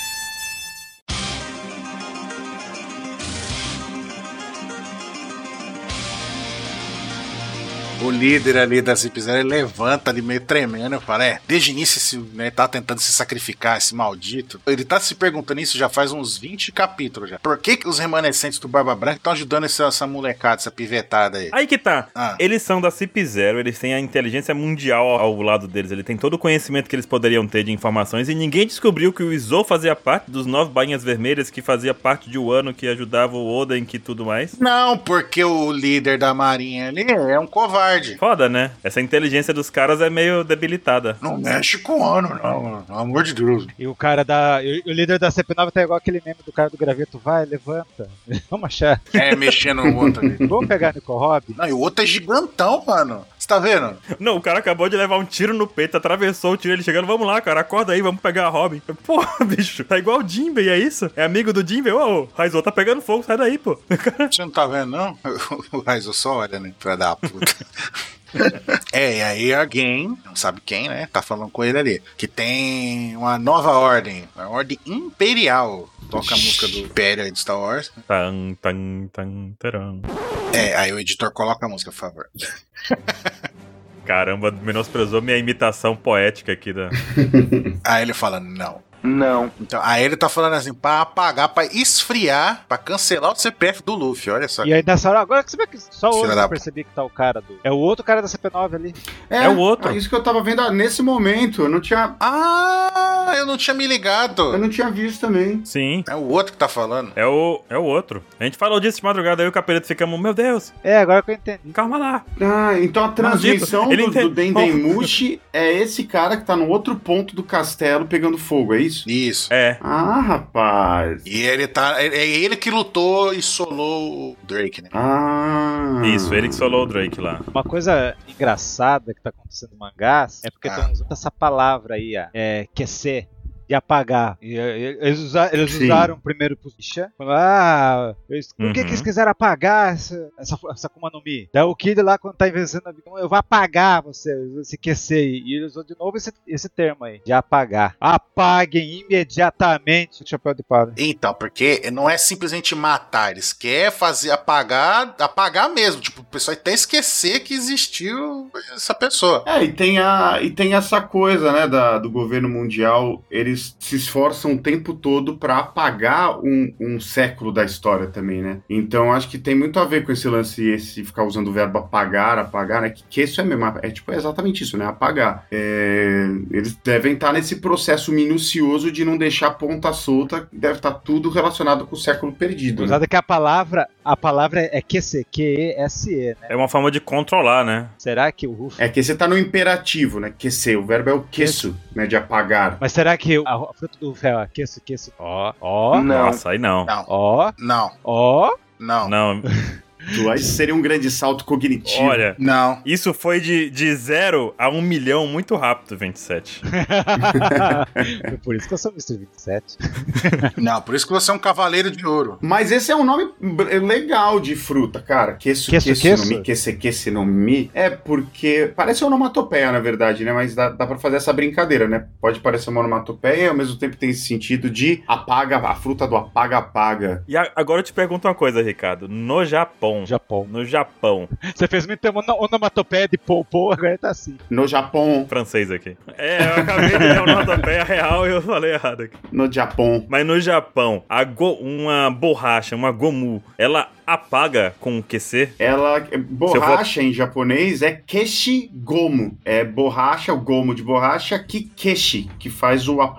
Speaker 2: O líder ali da Zip Zero, ele levanta ali meio tremendo. Eu falo, é, desde o início esse, né, tá tentando se sacrificar, esse maldito. Ele tá se perguntando isso já faz uns 20 capítulos já. Por que, que os remanescentes do Barba Branca estão ajudando essa, essa molecada, essa pivetada aí?
Speaker 1: Aí que tá.
Speaker 2: Ah.
Speaker 1: Eles são da CIP0, eles têm a inteligência mundial ao lado deles, ele tem todo o conhecimento que eles poderiam ter de informações e ninguém descobriu que o Izou fazia parte dos nove bainhas vermelhas que fazia parte de Wano que ajudava o Oden que tudo mais.
Speaker 2: Não, porque o líder da marinha ali é um covarde.
Speaker 1: Foda, né? Essa inteligência dos caras é meio debilitada.
Speaker 2: Não mexe com o ano, não, mano. Pelo amor de Deus.
Speaker 3: E o cara da. e O líder da CP9 tá igual aquele meme do cara do graveto. Vai, levanta. [laughs] Vamos achar.
Speaker 2: É, mexendo no outro ali.
Speaker 3: Vamos pegar Nico Robin.
Speaker 2: [laughs] Não, e o outro é gigantão, mano. Você tá vendo?
Speaker 1: Não, o cara acabou de levar um tiro no peito, atravessou o tiro, ele chegando, vamos lá, cara, acorda aí, vamos pegar a Robin. Porra, [laughs] bicho, tá igual o Jinbei, é isso? É amigo do Jinbei? Ô, o Raizou tá pegando fogo, sai daí, pô. [laughs]
Speaker 2: Você não tá vendo, não? [laughs] O Raizo só olha, né? Pra dar a puta. [laughs] É, e aí alguém, não sabe quem, né? Tá falando com ele ali. Que tem uma nova ordem, uma ordem imperial. Toca a música do Império aí de Star Wars.
Speaker 1: Tan, tan, tan, taran.
Speaker 2: É, aí o editor coloca a música, por favor.
Speaker 1: Caramba, menosprezou minha imitação poética aqui [laughs] da.
Speaker 2: Aí ele fala, não.
Speaker 4: Não.
Speaker 2: Então, aí ele tá falando assim, pra apagar, pra esfriar, pra cancelar o CPF do Luffy, olha só.
Speaker 3: E aí nessa hora, agora que você vê que só
Speaker 2: Filha
Speaker 3: hoje
Speaker 2: da-
Speaker 3: eu percebi que tá o cara do. É o outro cara da CP9 ali.
Speaker 1: É o outro.
Speaker 4: Isso que eu tava vendo ah, nesse momento. Eu não tinha,
Speaker 2: Ah, eu não tinha me
Speaker 4: eu
Speaker 2: ligado.
Speaker 4: não tinha visto também.
Speaker 1: Sim.
Speaker 2: É o outro que tá falando.
Speaker 1: É o, é o outro. A gente falou disso de madrugada, aí o capeleto ficamos, meu Deus,
Speaker 3: É, agora que eu entendi.
Speaker 1: calma lá.
Speaker 4: Ah, então a transmissão
Speaker 1: Ele
Speaker 4: do,
Speaker 1: entende-
Speaker 4: do Dendemushi é esse cara que tá no outro ponto do castelo pegando fogo, é isso?
Speaker 2: Isso.
Speaker 1: É.
Speaker 4: Ah, rapaz.
Speaker 2: E ele tá. É é ele que lutou e solou o Drake, né?
Speaker 4: Ah.
Speaker 1: Isso, ele que solou o Drake lá.
Speaker 3: Uma coisa engraçada que tá acontecendo no mangás é porque
Speaker 2: Ah.
Speaker 3: estão usando essa palavra aí, ó, é, QC, de apagar. E, e, eles usa- eles
Speaker 4: Sim.
Speaker 3: usaram primeiro pro Isha. falaram, Ah, eles- por que,
Speaker 1: Uhum.
Speaker 3: que eles quiseram apagar essa, essa, essa Akuma no Mi? Daí o Kid lá, quando tá envencendo a vida, eu vou apagar você, esse QC aí. E ele usou de novo esse, esse termo aí, de apagar. Apaguem imediatamente o chapéu de palha.
Speaker 2: Então, porque não é simplesmente matar, eles querem fazer apagar, apagar mesmo. Tipo, o pessoal até esquecer que existiu essa pessoa.
Speaker 4: É, e tem, a, e tem essa coisa, né, da, do governo mundial, eles se esforçam o tempo todo pra apagar um, um século da história também, né? Então acho que tem muito a ver com esse lance, esse ficar usando o verbo apagar, apagar, né? Que, que isso é mesmo, é tipo é exatamente isso, né? Apagar. É, eles devem estar nesse processo minucioso de não deixar ponta solta, deve estar tudo relacionado com o século perdido. Né?
Speaker 3: Usada que a palavra, a palavra é QC, Q-E-S-E, né?
Speaker 1: É uma forma de controlar, né?
Speaker 3: Será que o Ruff
Speaker 4: É que você tá no imperativo, né? Que ser, o verbo é o queso, né? De apagar.
Speaker 3: Mas será que a, a fruta do é fel, ó, queso, queso, ó, ó,
Speaker 4: Não.
Speaker 1: Nossa, aí não.
Speaker 2: Não,
Speaker 3: ó,
Speaker 2: não,
Speaker 3: ó,
Speaker 2: não,
Speaker 4: [laughs]
Speaker 1: Não,
Speaker 4: Tu, Aí seria um grande salto cognitivo.
Speaker 1: olha.
Speaker 2: não.
Speaker 1: Isso foi de, de zero a um milhão muito rápido, 27.
Speaker 3: Foi [laughs] por isso que eu sou Mr. 27.
Speaker 2: Não, por isso que você é um cavaleiro de ouro.
Speaker 4: Mas esse é um nome br- legal de fruta, cara. Queso,
Speaker 3: Queso,
Speaker 4: queso,
Speaker 3: queso?
Speaker 4: no mi, quesse, quesse no mi. É porque parece onomatopeia, na verdade, né? Mas dá, dá pra fazer essa brincadeira, né? Pode parecer uma onomatopeia, ao mesmo tempo tem esse sentido de apaga, a fruta do apaga-apaga.
Speaker 1: E a- agora eu te pergunto uma coisa, Ricardo. No Japão.
Speaker 3: Japão.
Speaker 1: No Japão.
Speaker 3: Você fez muito tempo ono- onomatopeia de popô, agora tá assim.
Speaker 4: No Japão,
Speaker 1: Francês aqui. É, eu acabei de ler o notapé real e eu falei errado aqui.
Speaker 4: no Japão.
Speaker 1: Mas no Japão, a go- uma borracha, uma gomu, ela apaga com o QC?
Speaker 4: Ela. Borracha em japonês é keshi gomu. É borracha, o gomo de borracha, que keshi, que faz o a-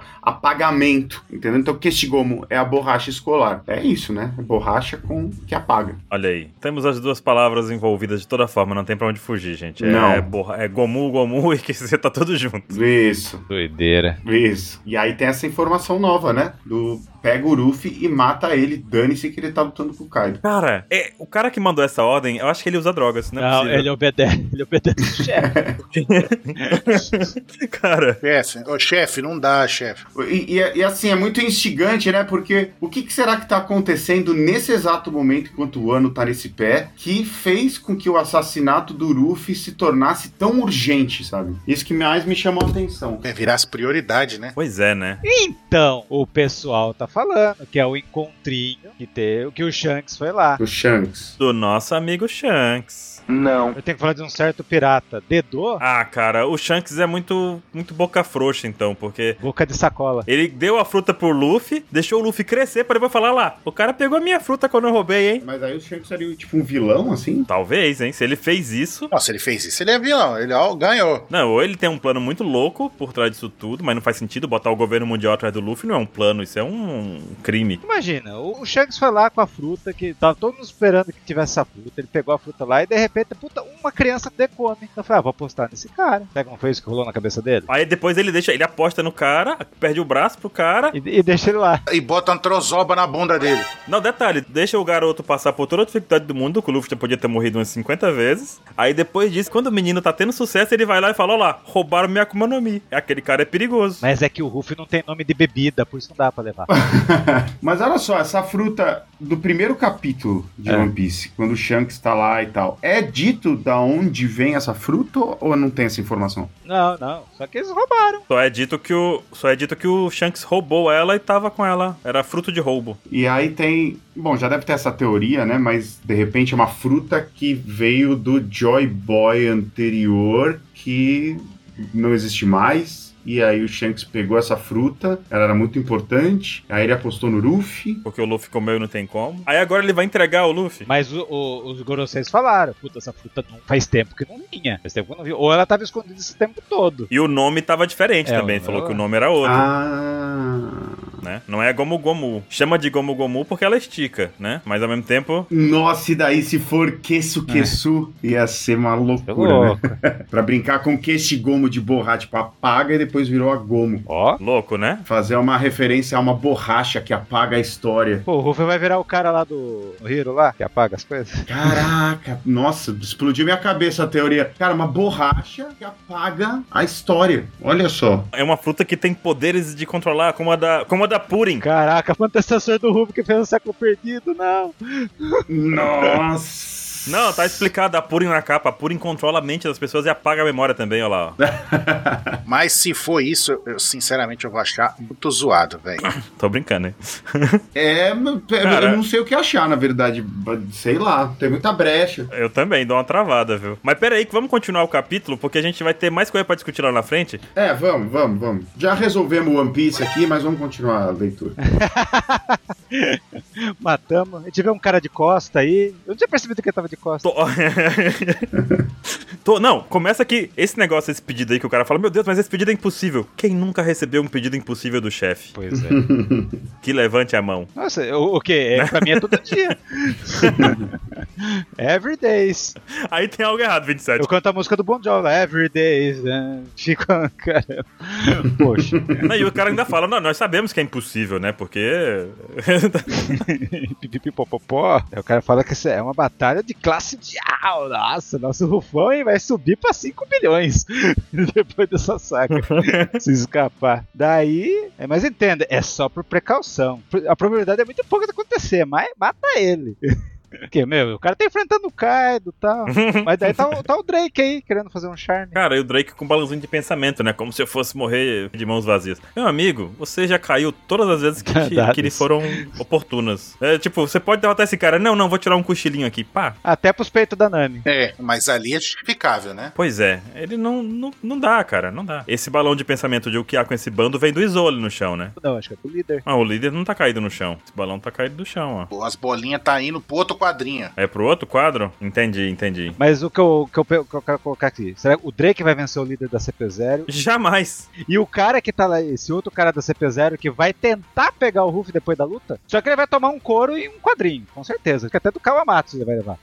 Speaker 4: apagamento. Entendeu? Então, keshi gomu é a borracha escolar. É isso, né? É borracha com que apaga.
Speaker 1: Olha aí. Temos as duas palavras envolvidas de toda forma, não tem pra onde fugir, gente. É,
Speaker 4: Não.
Speaker 1: borra- é gomu, gomu [laughs] e QC, tá tudo junto.
Speaker 4: Isso,
Speaker 3: Doideira.
Speaker 4: isso. E aí tem essa informação nova, né? Do pega o Ruffy e mata ele, dane-se que ele tá lutando com o Kaido.
Speaker 1: Cara, é, o cara que mandou essa ordem, eu acho que ele usa drogas, não é
Speaker 3: Não,
Speaker 1: possível.
Speaker 3: ele obedece, [laughs] ele obedece o chefe.
Speaker 1: [laughs] Cara,
Speaker 2: Chefe, ô chefe, não dá, chefe.
Speaker 4: E, e- e assim, é muito instigante, né? Porque o que, que será que tá acontecendo nesse exato momento, enquanto o ano tá nesse pé, que fez com que o assassinato do Ruffy se tornasse tão urgente, sabe? Isso que mais me chamou a atenção.
Speaker 2: É, virasse prioridade, né?
Speaker 1: pois é, né?
Speaker 3: Então, o pessoal tá falando que é o encontrinho que teve, que o Shanks foi lá.
Speaker 4: O Shanks.
Speaker 1: Do nosso amigo Shanks.
Speaker 4: Não.
Speaker 3: Eu tenho que falar de um certo pirata, Dedô,
Speaker 1: Ah, cara, o Shanks é muito, muito boca frouxa, então, porque
Speaker 3: boca de sacola.
Speaker 1: Ele deu a fruta pro Luffy, deixou o Luffy crescer pra depois falar lá, o cara pegou a minha fruta quando eu roubei, hein?
Speaker 4: Mas aí o Shanks seria tipo um vilão, assim? [laughs]
Speaker 1: Talvez, hein? Se ele fez isso.
Speaker 2: Nossa, ele fez isso, ele é vilão, ele ó, ganhou.
Speaker 1: Não, ou ele tem um plano muito louco por trás disso tudo, mas não faz sentido botar o governo mundial atrás do Luffy, não é um plano, isso é um crime.
Speaker 3: tá Imagina, o o Shanks foi lá com a fruta, que tava todo mundo esperando que tivesse essa fruta. Ele pegou a fruta lá e de feita. Puta, uma criança decome. Então eu falei, ah, vou apostar nesse cara. Será que não foi isso que rolou na cabeça dele?
Speaker 1: Aí depois ele deixa, ele aposta no cara, perde o braço pro cara.
Speaker 3: E, e deixa ele lá.
Speaker 2: E bota uma trozoba na bunda dele.
Speaker 1: Não, detalhe, deixa o garoto passar por toda a dificuldade do mundo, que o Luffy já podia ter morrido umas 50 vezes. Aí depois disso, quando o menino tá tendo sucesso, ele vai lá e fala: Ó lá, roubaram minha Akuma no Mi. Aquele cara é perigoso.
Speaker 3: Mas é que o Ruff não tem nome de bebida, por isso não dá pra levar.
Speaker 4: Mas olha só, essa fruta do primeiro capítulo de One Piece, quando o Shanks tá lá e tal, é dito da onde vem essa fruta ou não tem essa informação?
Speaker 3: Não, não. Só que eles roubaram.
Speaker 1: Só é dito que o, só é dito que o Shanks roubou ela e tava com ela. Era fruto de roubo.
Speaker 4: E aí tem. Bom, já deve ter essa teoria, né? Mas de repente é uma fruta que veio do Joy Boy anterior que não existe mais. E aí o Shanks pegou essa fruta, ela era muito importante. Aí ele apostou no Luffy.
Speaker 1: Porque o Luffy comeu e não tem como. Aí agora ele vai entregar o Luffy.
Speaker 3: Mas o- o- os Goroseis falaram: puta, essa fruta não faz tempo que não vinha. Faz tempo que não vinha. Ou ela tava escondida esse tempo todo.
Speaker 1: E o nome tava diferente
Speaker 3: É,
Speaker 1: também.
Speaker 3: o-
Speaker 1: Falou que o nome era outro,
Speaker 4: Ah.
Speaker 1: né? Não é Gomu Gomu. Chama de Gomu Gomu porque ela estica, né? Mas ao mesmo tempo.
Speaker 4: Nossa, e daí se for Kesu Kesu, ia ser uma
Speaker 3: Tô
Speaker 4: loucura, né?
Speaker 3: louco.
Speaker 4: Pra brincar com que este gomo de borracha, tipo, apaga e depois virou a gomo.
Speaker 3: Ó.
Speaker 1: Louco, né?
Speaker 4: Fazer uma referência a uma borracha que apaga a história.
Speaker 3: Pô, o Ruff vai virar o cara lá do, do Hiro lá, que apaga as coisas.
Speaker 4: Caraca, nossa, explodiu minha cabeça a teoria. Cara, uma borracha que apaga a história. Olha só.
Speaker 1: É uma fruta que tem poderes de controlar, como a da, como a da Purim.
Speaker 3: Caraca, quanta sensação do Ruff que fez o século perdido, não.
Speaker 4: Nossa.
Speaker 1: Não, tá explicado. A Purim na capa. A Purim controla a mente das pessoas e apaga a memória também, olha lá. ó.
Speaker 2: Mas se for isso, eu, eu, sinceramente eu vou achar muito zoado, velho.
Speaker 1: Tô brincando, hein?
Speaker 4: É, mas, é,
Speaker 1: Cara.
Speaker 4: eu não sei o que achar, na verdade. Sei lá, tem muita brecha.
Speaker 1: Eu também, dou uma travada, viu? Mas peraí, que vamos continuar o capítulo, porque a gente vai ter mais coisa pra discutir lá na frente.
Speaker 4: É, vamos, vamos, vamos. Já resolvemos o One Piece aqui, mas vamos continuar a leitura.
Speaker 3: Matamos. Eu tive um cara de costa aí. Eu não tinha percebido que ele tava de costa.
Speaker 1: Tô... [laughs] Tô- Não, começa que esse negócio, esse pedido aí que o cara fala, meu Deus, mas esse pedido é impossível. Quem nunca recebeu um pedido impossível do chefe?
Speaker 3: Pois é.
Speaker 1: Que levante a mão.
Speaker 3: [laughs] Nossa, o, o quê? É, pra mim é todo [laughs] dia. Every days.
Speaker 1: Aí tem algo errado, 27.
Speaker 3: Eu canto a música do Bon Jovi, Every Days, né? Fica, [laughs] cara. Poxa,
Speaker 1: Não, E o cara ainda fala, não, nós sabemos que é impossível, né? Porque...
Speaker 3: pipipipopopó. Aí O cara fala que isso é uma batalha de classe mundial. Nossa, nosso Rufão hein, vai subir pra 5 bilhões [laughs] depois dessa saca. Se escapar. Daí, é, mas entenda, é só por precaução. A probabilidade é muito pouca de acontecer, mas mata ele. [laughs] Porque, meu, o cara tá enfrentando o Kaido e tal. Mas daí tá, o- tá o Drake aí, querendo fazer um charme.
Speaker 1: Cara, e o Drake com um balãozinho de pensamento, né? Como se eu fosse morrer de mãos vazias. Meu amigo, você já caiu todas as vezes que, te,
Speaker 3: Dadas.
Speaker 1: que lhe foram oportunas. É, tipo, você pode derrotar esse cara. Não, não, vou tirar um cochilinho aqui. Pá.
Speaker 3: Até pros peitos da Nami.
Speaker 2: É, mas ali é justificável, né?
Speaker 1: Pois é, ele não, não, não dá, cara, não dá. Esse balão de pensamento de o que há com esse bando vem do Isole no chão, né?
Speaker 3: Não, acho que é pro líder.
Speaker 1: Ah, o líder não tá caído no chão. Esse balão tá caído do chão, ó.
Speaker 2: As bolinhas tá indo pro outro quadrinho.
Speaker 1: É pro outro quadro? Entendi, entendi.
Speaker 3: Mas o que eu, que, eu, pe- que eu quero colocar aqui, será que o Drake vai vencer o líder da CP0?
Speaker 1: Jamais!
Speaker 3: E o cara que tá lá, esse outro cara da CP0 que vai tentar pegar o Ruff depois da luta? Só que ele vai tomar um couro e um quadrinho, com certeza. Que até do Kawamatsu ele vai levar.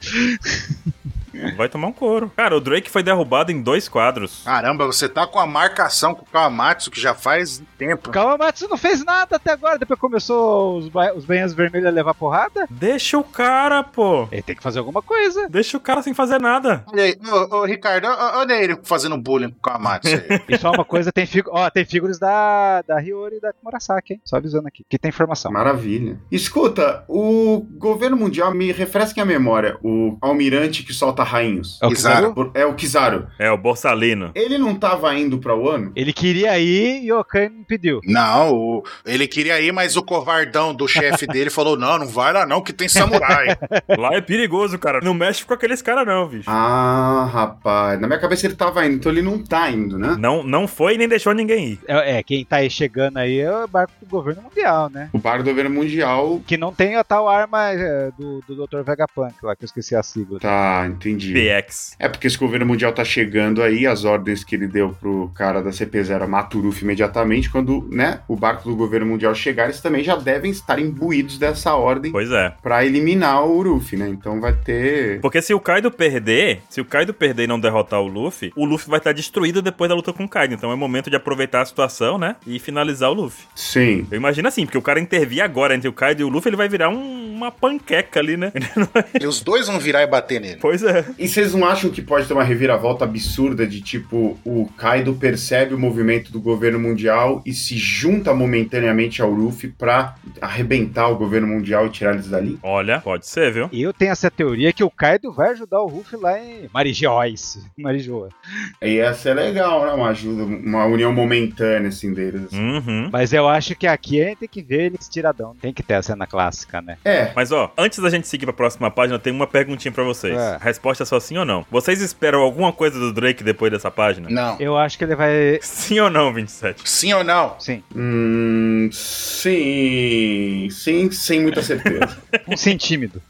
Speaker 1: Vai tomar um couro. Cara, o Drake foi derrubado em dois quadros.
Speaker 2: Caramba, você tá com a marcação com o Kawamatsu que já faz tempo.
Speaker 3: O Kawamatsu não fez nada até agora, depois começou os, ba- os banhas vermelhos a levar porrada.
Speaker 1: Deixa o cara, pô!
Speaker 3: Ele tem que fazer alguma coisa.
Speaker 1: Deixa o cara sem fazer nada.
Speaker 2: Olha aí, ô, ô, Ricardo, ó, ó, olha ele fazendo bullying com o Kawamatsu aí.
Speaker 3: [laughs] E só uma coisa, tem, figu ó, tem figuras da, da Hiyori e da Murasaki, hein? Só avisando aqui, que tem informação.
Speaker 4: Maravilha. Escuta, o governo mundial me refresquem a memória. O almirante que solta rainhos.
Speaker 3: É o que
Speaker 2: Kizaru.
Speaker 3: saiu?
Speaker 4: Por- É o Kizaru.
Speaker 1: É, o Borsalino.
Speaker 4: Ele não tava indo pra Wano?
Speaker 3: Ele queria ir e o Okan impediu.
Speaker 2: Não, o- ele queria ir, mas o covardão do chefe dele falou: não, não vai lá não, que tem samurai.
Speaker 1: Lá é perigoso, cara. Não mexe com aqueles caras, não, bicho.
Speaker 4: Ah, rapaz. Na minha cabeça ele tava indo, então ele não tá indo, né?
Speaker 1: Não, não foi e nem deixou ninguém ir.
Speaker 3: É, é, quem tá aí chegando aí é o barco do governo mundial, né?
Speaker 4: O bar do governo mundial.
Speaker 3: Que não tem a tal arma é, do, do Dr. Vegapunk lá, que eu esqueci a sigla.
Speaker 4: Tá, Entendi.
Speaker 1: PX.
Speaker 4: É porque esse governo mundial tá chegando aí, as ordens que ele deu pro cara da CP0 Maturuf imediatamente, quando, né, o barco do governo mundial chegar, eles também já devem estar imbuídos dessa ordem
Speaker 1: Pois é.
Speaker 4: pra eliminar o Uruf, né? Então vai ter.
Speaker 1: Porque se o Kaido perder, se o Kaido perder e não derrotar o Luffy, o Luffy vai estar destruído depois da luta com o Kaido. Então é momento de aproveitar a situação, né? E finalizar o Luffy.
Speaker 4: Sim.
Speaker 1: Eu imagino assim, porque o cara intervir agora entre o Kaido e o Luffy, ele vai virar um- uma panqueca ali, né? [laughs] Ele não vai-
Speaker 2: E os dois vão virar e bater nele.
Speaker 1: pois é.
Speaker 4: E vocês não acham que pode ter uma reviravolta absurda de tipo, o Kaido percebe o movimento do governo mundial e se junta momentaneamente ao Luffy pra arrebentar o governo mundial e tirar eles dali?
Speaker 1: Olha, pode ser, viu?
Speaker 3: E eu tenho essa teoria que o Kaido vai ajudar o Ruffy lá em [laughs] Marijóis. Marijoa.
Speaker 4: E essa é legal, né? Uma ajuda, uma união momentânea, assim, deles.
Speaker 1: Uhum.
Speaker 3: Mas eu acho que aqui a gente tem que ver eles tiradão. Tem que ter a cena clássica, né?
Speaker 4: É,
Speaker 1: Mas ó, antes da gente seguir pra próxima página, tem uma perguntinha pra vocês.
Speaker 3: É.
Speaker 1: A Resposta é só sim ou não. Vocês esperam alguma coisa do Drake depois dessa página? [laughs]
Speaker 2: Não.
Speaker 3: Eu acho que ele vai.
Speaker 1: Sim ou não, 27?
Speaker 2: Sim ou não?
Speaker 3: Sim,
Speaker 4: hum, sim, sim, sem muita certeza.
Speaker 3: um sim tímido.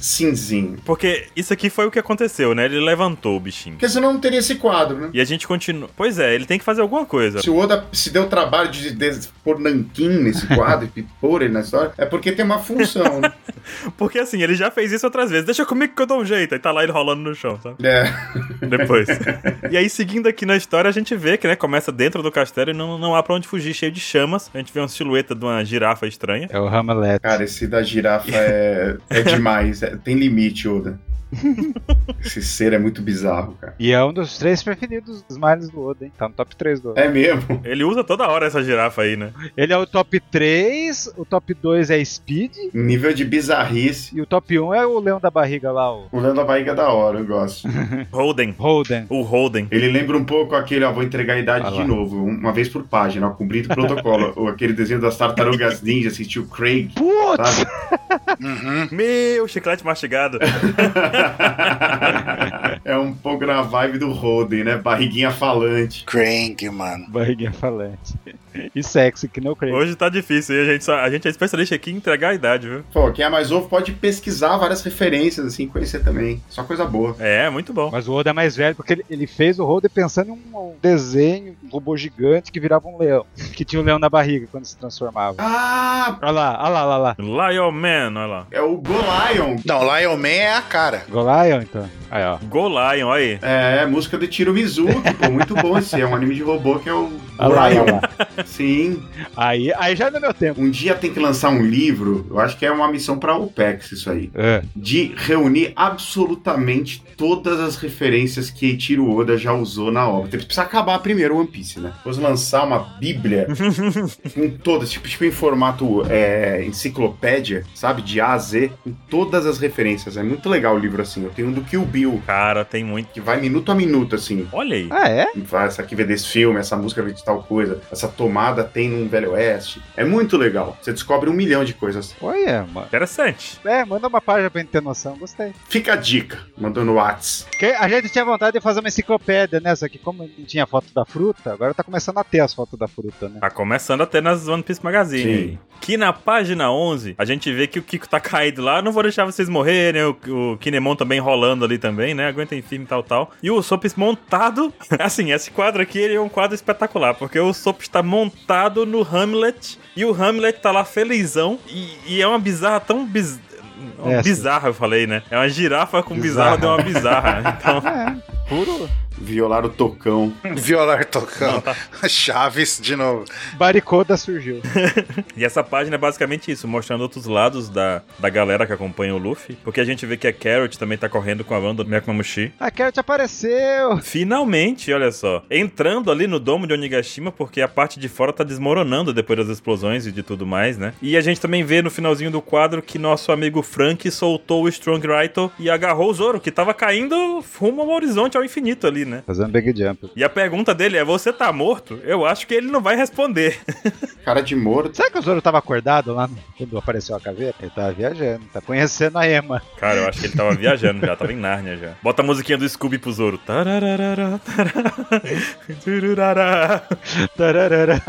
Speaker 4: Simzinho.
Speaker 1: Porque isso aqui foi o que aconteceu, né? Ele levantou o bichinho.
Speaker 4: Porque senão não teria esse quadro, né?
Speaker 1: E a gente continua. Pois é, ele tem que fazer alguma
Speaker 4: [laughs]
Speaker 1: coisa.
Speaker 4: Se o Oda se deu o trabalho de des- pôr nanquim nesse quadro e pôr ele na história, é porque tem uma função, né?
Speaker 1: Porque assim, ele já fez isso outras vezes. Deixa comigo que eu dou um jeito. Aí tá lá ele rolando no chão, sabe?
Speaker 4: É.
Speaker 1: Depois. e aí, seguindo aqui na história, a gente vê que, né, começa dentro do castelo e não, não há pra onde fugir, cheio de chamas. A gente vê uma silhueta de uma girafa estranha.
Speaker 3: É o Hamlet.
Speaker 4: Cara, esse da girafa é, é demais. é- tem limite, Oda. Esse ser é muito bizarro, cara.
Speaker 3: E é um dos três preferidos dos males do Oda, hein? Tá no top 3 do Oda.
Speaker 4: É mesmo?
Speaker 1: Ele usa toda hora essa girafa aí, né?
Speaker 3: Ele é o top 3, o top 2 é Speed
Speaker 4: Nível de bizarrice.
Speaker 3: e o top 1 é o Leão da Barriga lá, o
Speaker 4: O Leão da Barriga é da hora, eu gosto.
Speaker 1: Holden.
Speaker 3: Holden.
Speaker 1: O Holden.
Speaker 4: Ele lembra um pouco aquele, ó, vou entregar a idade
Speaker 3: Ah lá.
Speaker 4: de novo, uma vez por página, ó, cumprido o protocolo. ou aquele desenho das tartarugas ninja, assistiu
Speaker 3: [laughs]
Speaker 4: Craig,
Speaker 3: Putz!
Speaker 4: sabe?
Speaker 2: Uhum.
Speaker 1: Meu, chiclete mastigado.
Speaker 4: é um pouco na vibe do Holden, né? Barriguinha falante.
Speaker 2: Crank, mano.
Speaker 3: Barriguinha falante. E sexy, que não creio.
Speaker 1: Hoje tá difícil, hein? A gente, só- a gente é especialista aqui em entregar a idade, viu?
Speaker 4: Pô, quem é mais novo pode pesquisar várias referências, assim, conhecer também. Só coisa boa.
Speaker 1: É, muito bom.
Speaker 3: Mas o Oda é mais velho, porque ele, ele fez o Holden pensando em um, um desenho, um robô gigante que virava um leão. [laughs] Que tinha o leão na barriga quando se transformava.
Speaker 4: Ah,
Speaker 3: Olha lá, olha lá, olha lá.
Speaker 1: Lion Man, olha lá.
Speaker 4: é o Golion.
Speaker 2: Não, Lion Man é a cara.
Speaker 3: Golion, então. Aí, ó.
Speaker 1: Go Lion, olha aí.
Speaker 4: É, música de Tiro Mizuki, pô, muito bom esse. É um anime de robô que é o
Speaker 3: Olha Ah lá, olha
Speaker 4: Golion.
Speaker 3: lá.
Speaker 4: Sim.
Speaker 3: Aí, aí já é no meu tempo.
Speaker 4: Um dia tem que lançar um livro, eu acho que é uma missão pra OPEX isso aí.
Speaker 3: É.
Speaker 4: de reunir absolutamente todas as referências que Eiichiro Oda já usou na obra. Tem que precisar acabar primeiro o One Piece, né? Depois lançar uma
Speaker 3: [laughs]
Speaker 4: bíblia com todas, tipo, tipo em formato é, enciclopédia, sabe? De A a Z, com todas as referências. É muito legal o livro, assim. Eu tenho um do Kill Bill,
Speaker 1: Cara, tem muito.
Speaker 4: que vai minuto a minuto, assim.
Speaker 1: Olha aí.
Speaker 3: Ah, é?
Speaker 4: Vai, Essa aqui vem desse filme, essa música vem de tal coisa, essa tomada tem num Velho Oeste. É muito legal. Você descobre um milhão de coisas.
Speaker 3: Olha, mano.
Speaker 1: Interessante.
Speaker 3: É, manda uma página pra gente ter noção, gostei.
Speaker 4: Fica a dica, mandou no Whats.
Speaker 3: Que a gente tinha vontade de fazer uma enciclopédia, né? Só que como não tinha foto da fruta, agora tá começando a ter as fotos da fruta, né?
Speaker 1: Tá começando até nas One Piece Magazine.
Speaker 4: Sim.
Speaker 1: Que na página 11, a gente vê que o Kiko tá caído lá. Não vou deixar vocês morrerem. né? O, o Kinemon também rolando ali também, né? Aguentem firme tal, tal. E o Sop montado. [laughs] Assim, esse quadro aqui ele é um quadro espetacular. Porque o Sop está montado no Hamlet. E o Hamlet tá lá felizão. E, e é uma bizarra tão biz...
Speaker 3: É, sim.
Speaker 1: bizarra, eu falei, né? É uma girafa com bizarra, de
Speaker 3: [laughs]
Speaker 1: uma bizarra. Então,
Speaker 3: É, puro
Speaker 4: Violar o tocão.
Speaker 2: Violar tocando. [laughs] Chaves de novo.
Speaker 3: baricoda surgiu.
Speaker 1: E essa página é basicamente isso, mostrando outros lados da, da galera que acompanha o Luffy. Porque a gente vê que a Carrot também tá correndo com a banda do Mekmamushi.
Speaker 3: A Carrot apareceu!
Speaker 1: Finalmente, olha só. Entrando ali no domo de Onigashima, porque a parte de fora tá desmoronando depois das explosões e de tudo mais, né? E a gente também vê no finalzinho do quadro que nosso amigo Frank soltou o Strong Rito e agarrou o Zoro, que tava caindo rumo ao horizonte, ao infinito ali, né?
Speaker 3: Fazendo big jump.
Speaker 1: E a pergunta dele é: Você tá morto? Eu acho que ele não vai responder.
Speaker 4: Cara de morto. [laughs]
Speaker 3: Será que o Zoro tava acordado lá quando apareceu a caveira? Ele tava viajando, tá conhecendo a Ema.
Speaker 1: Cara, eu acho que ele tava viajando já, tava em Nárnia já. Bota a musiquinha do Scooby pro Zoro. Tarararara, tarará, tururará.
Speaker 3: [laughs] Tararara.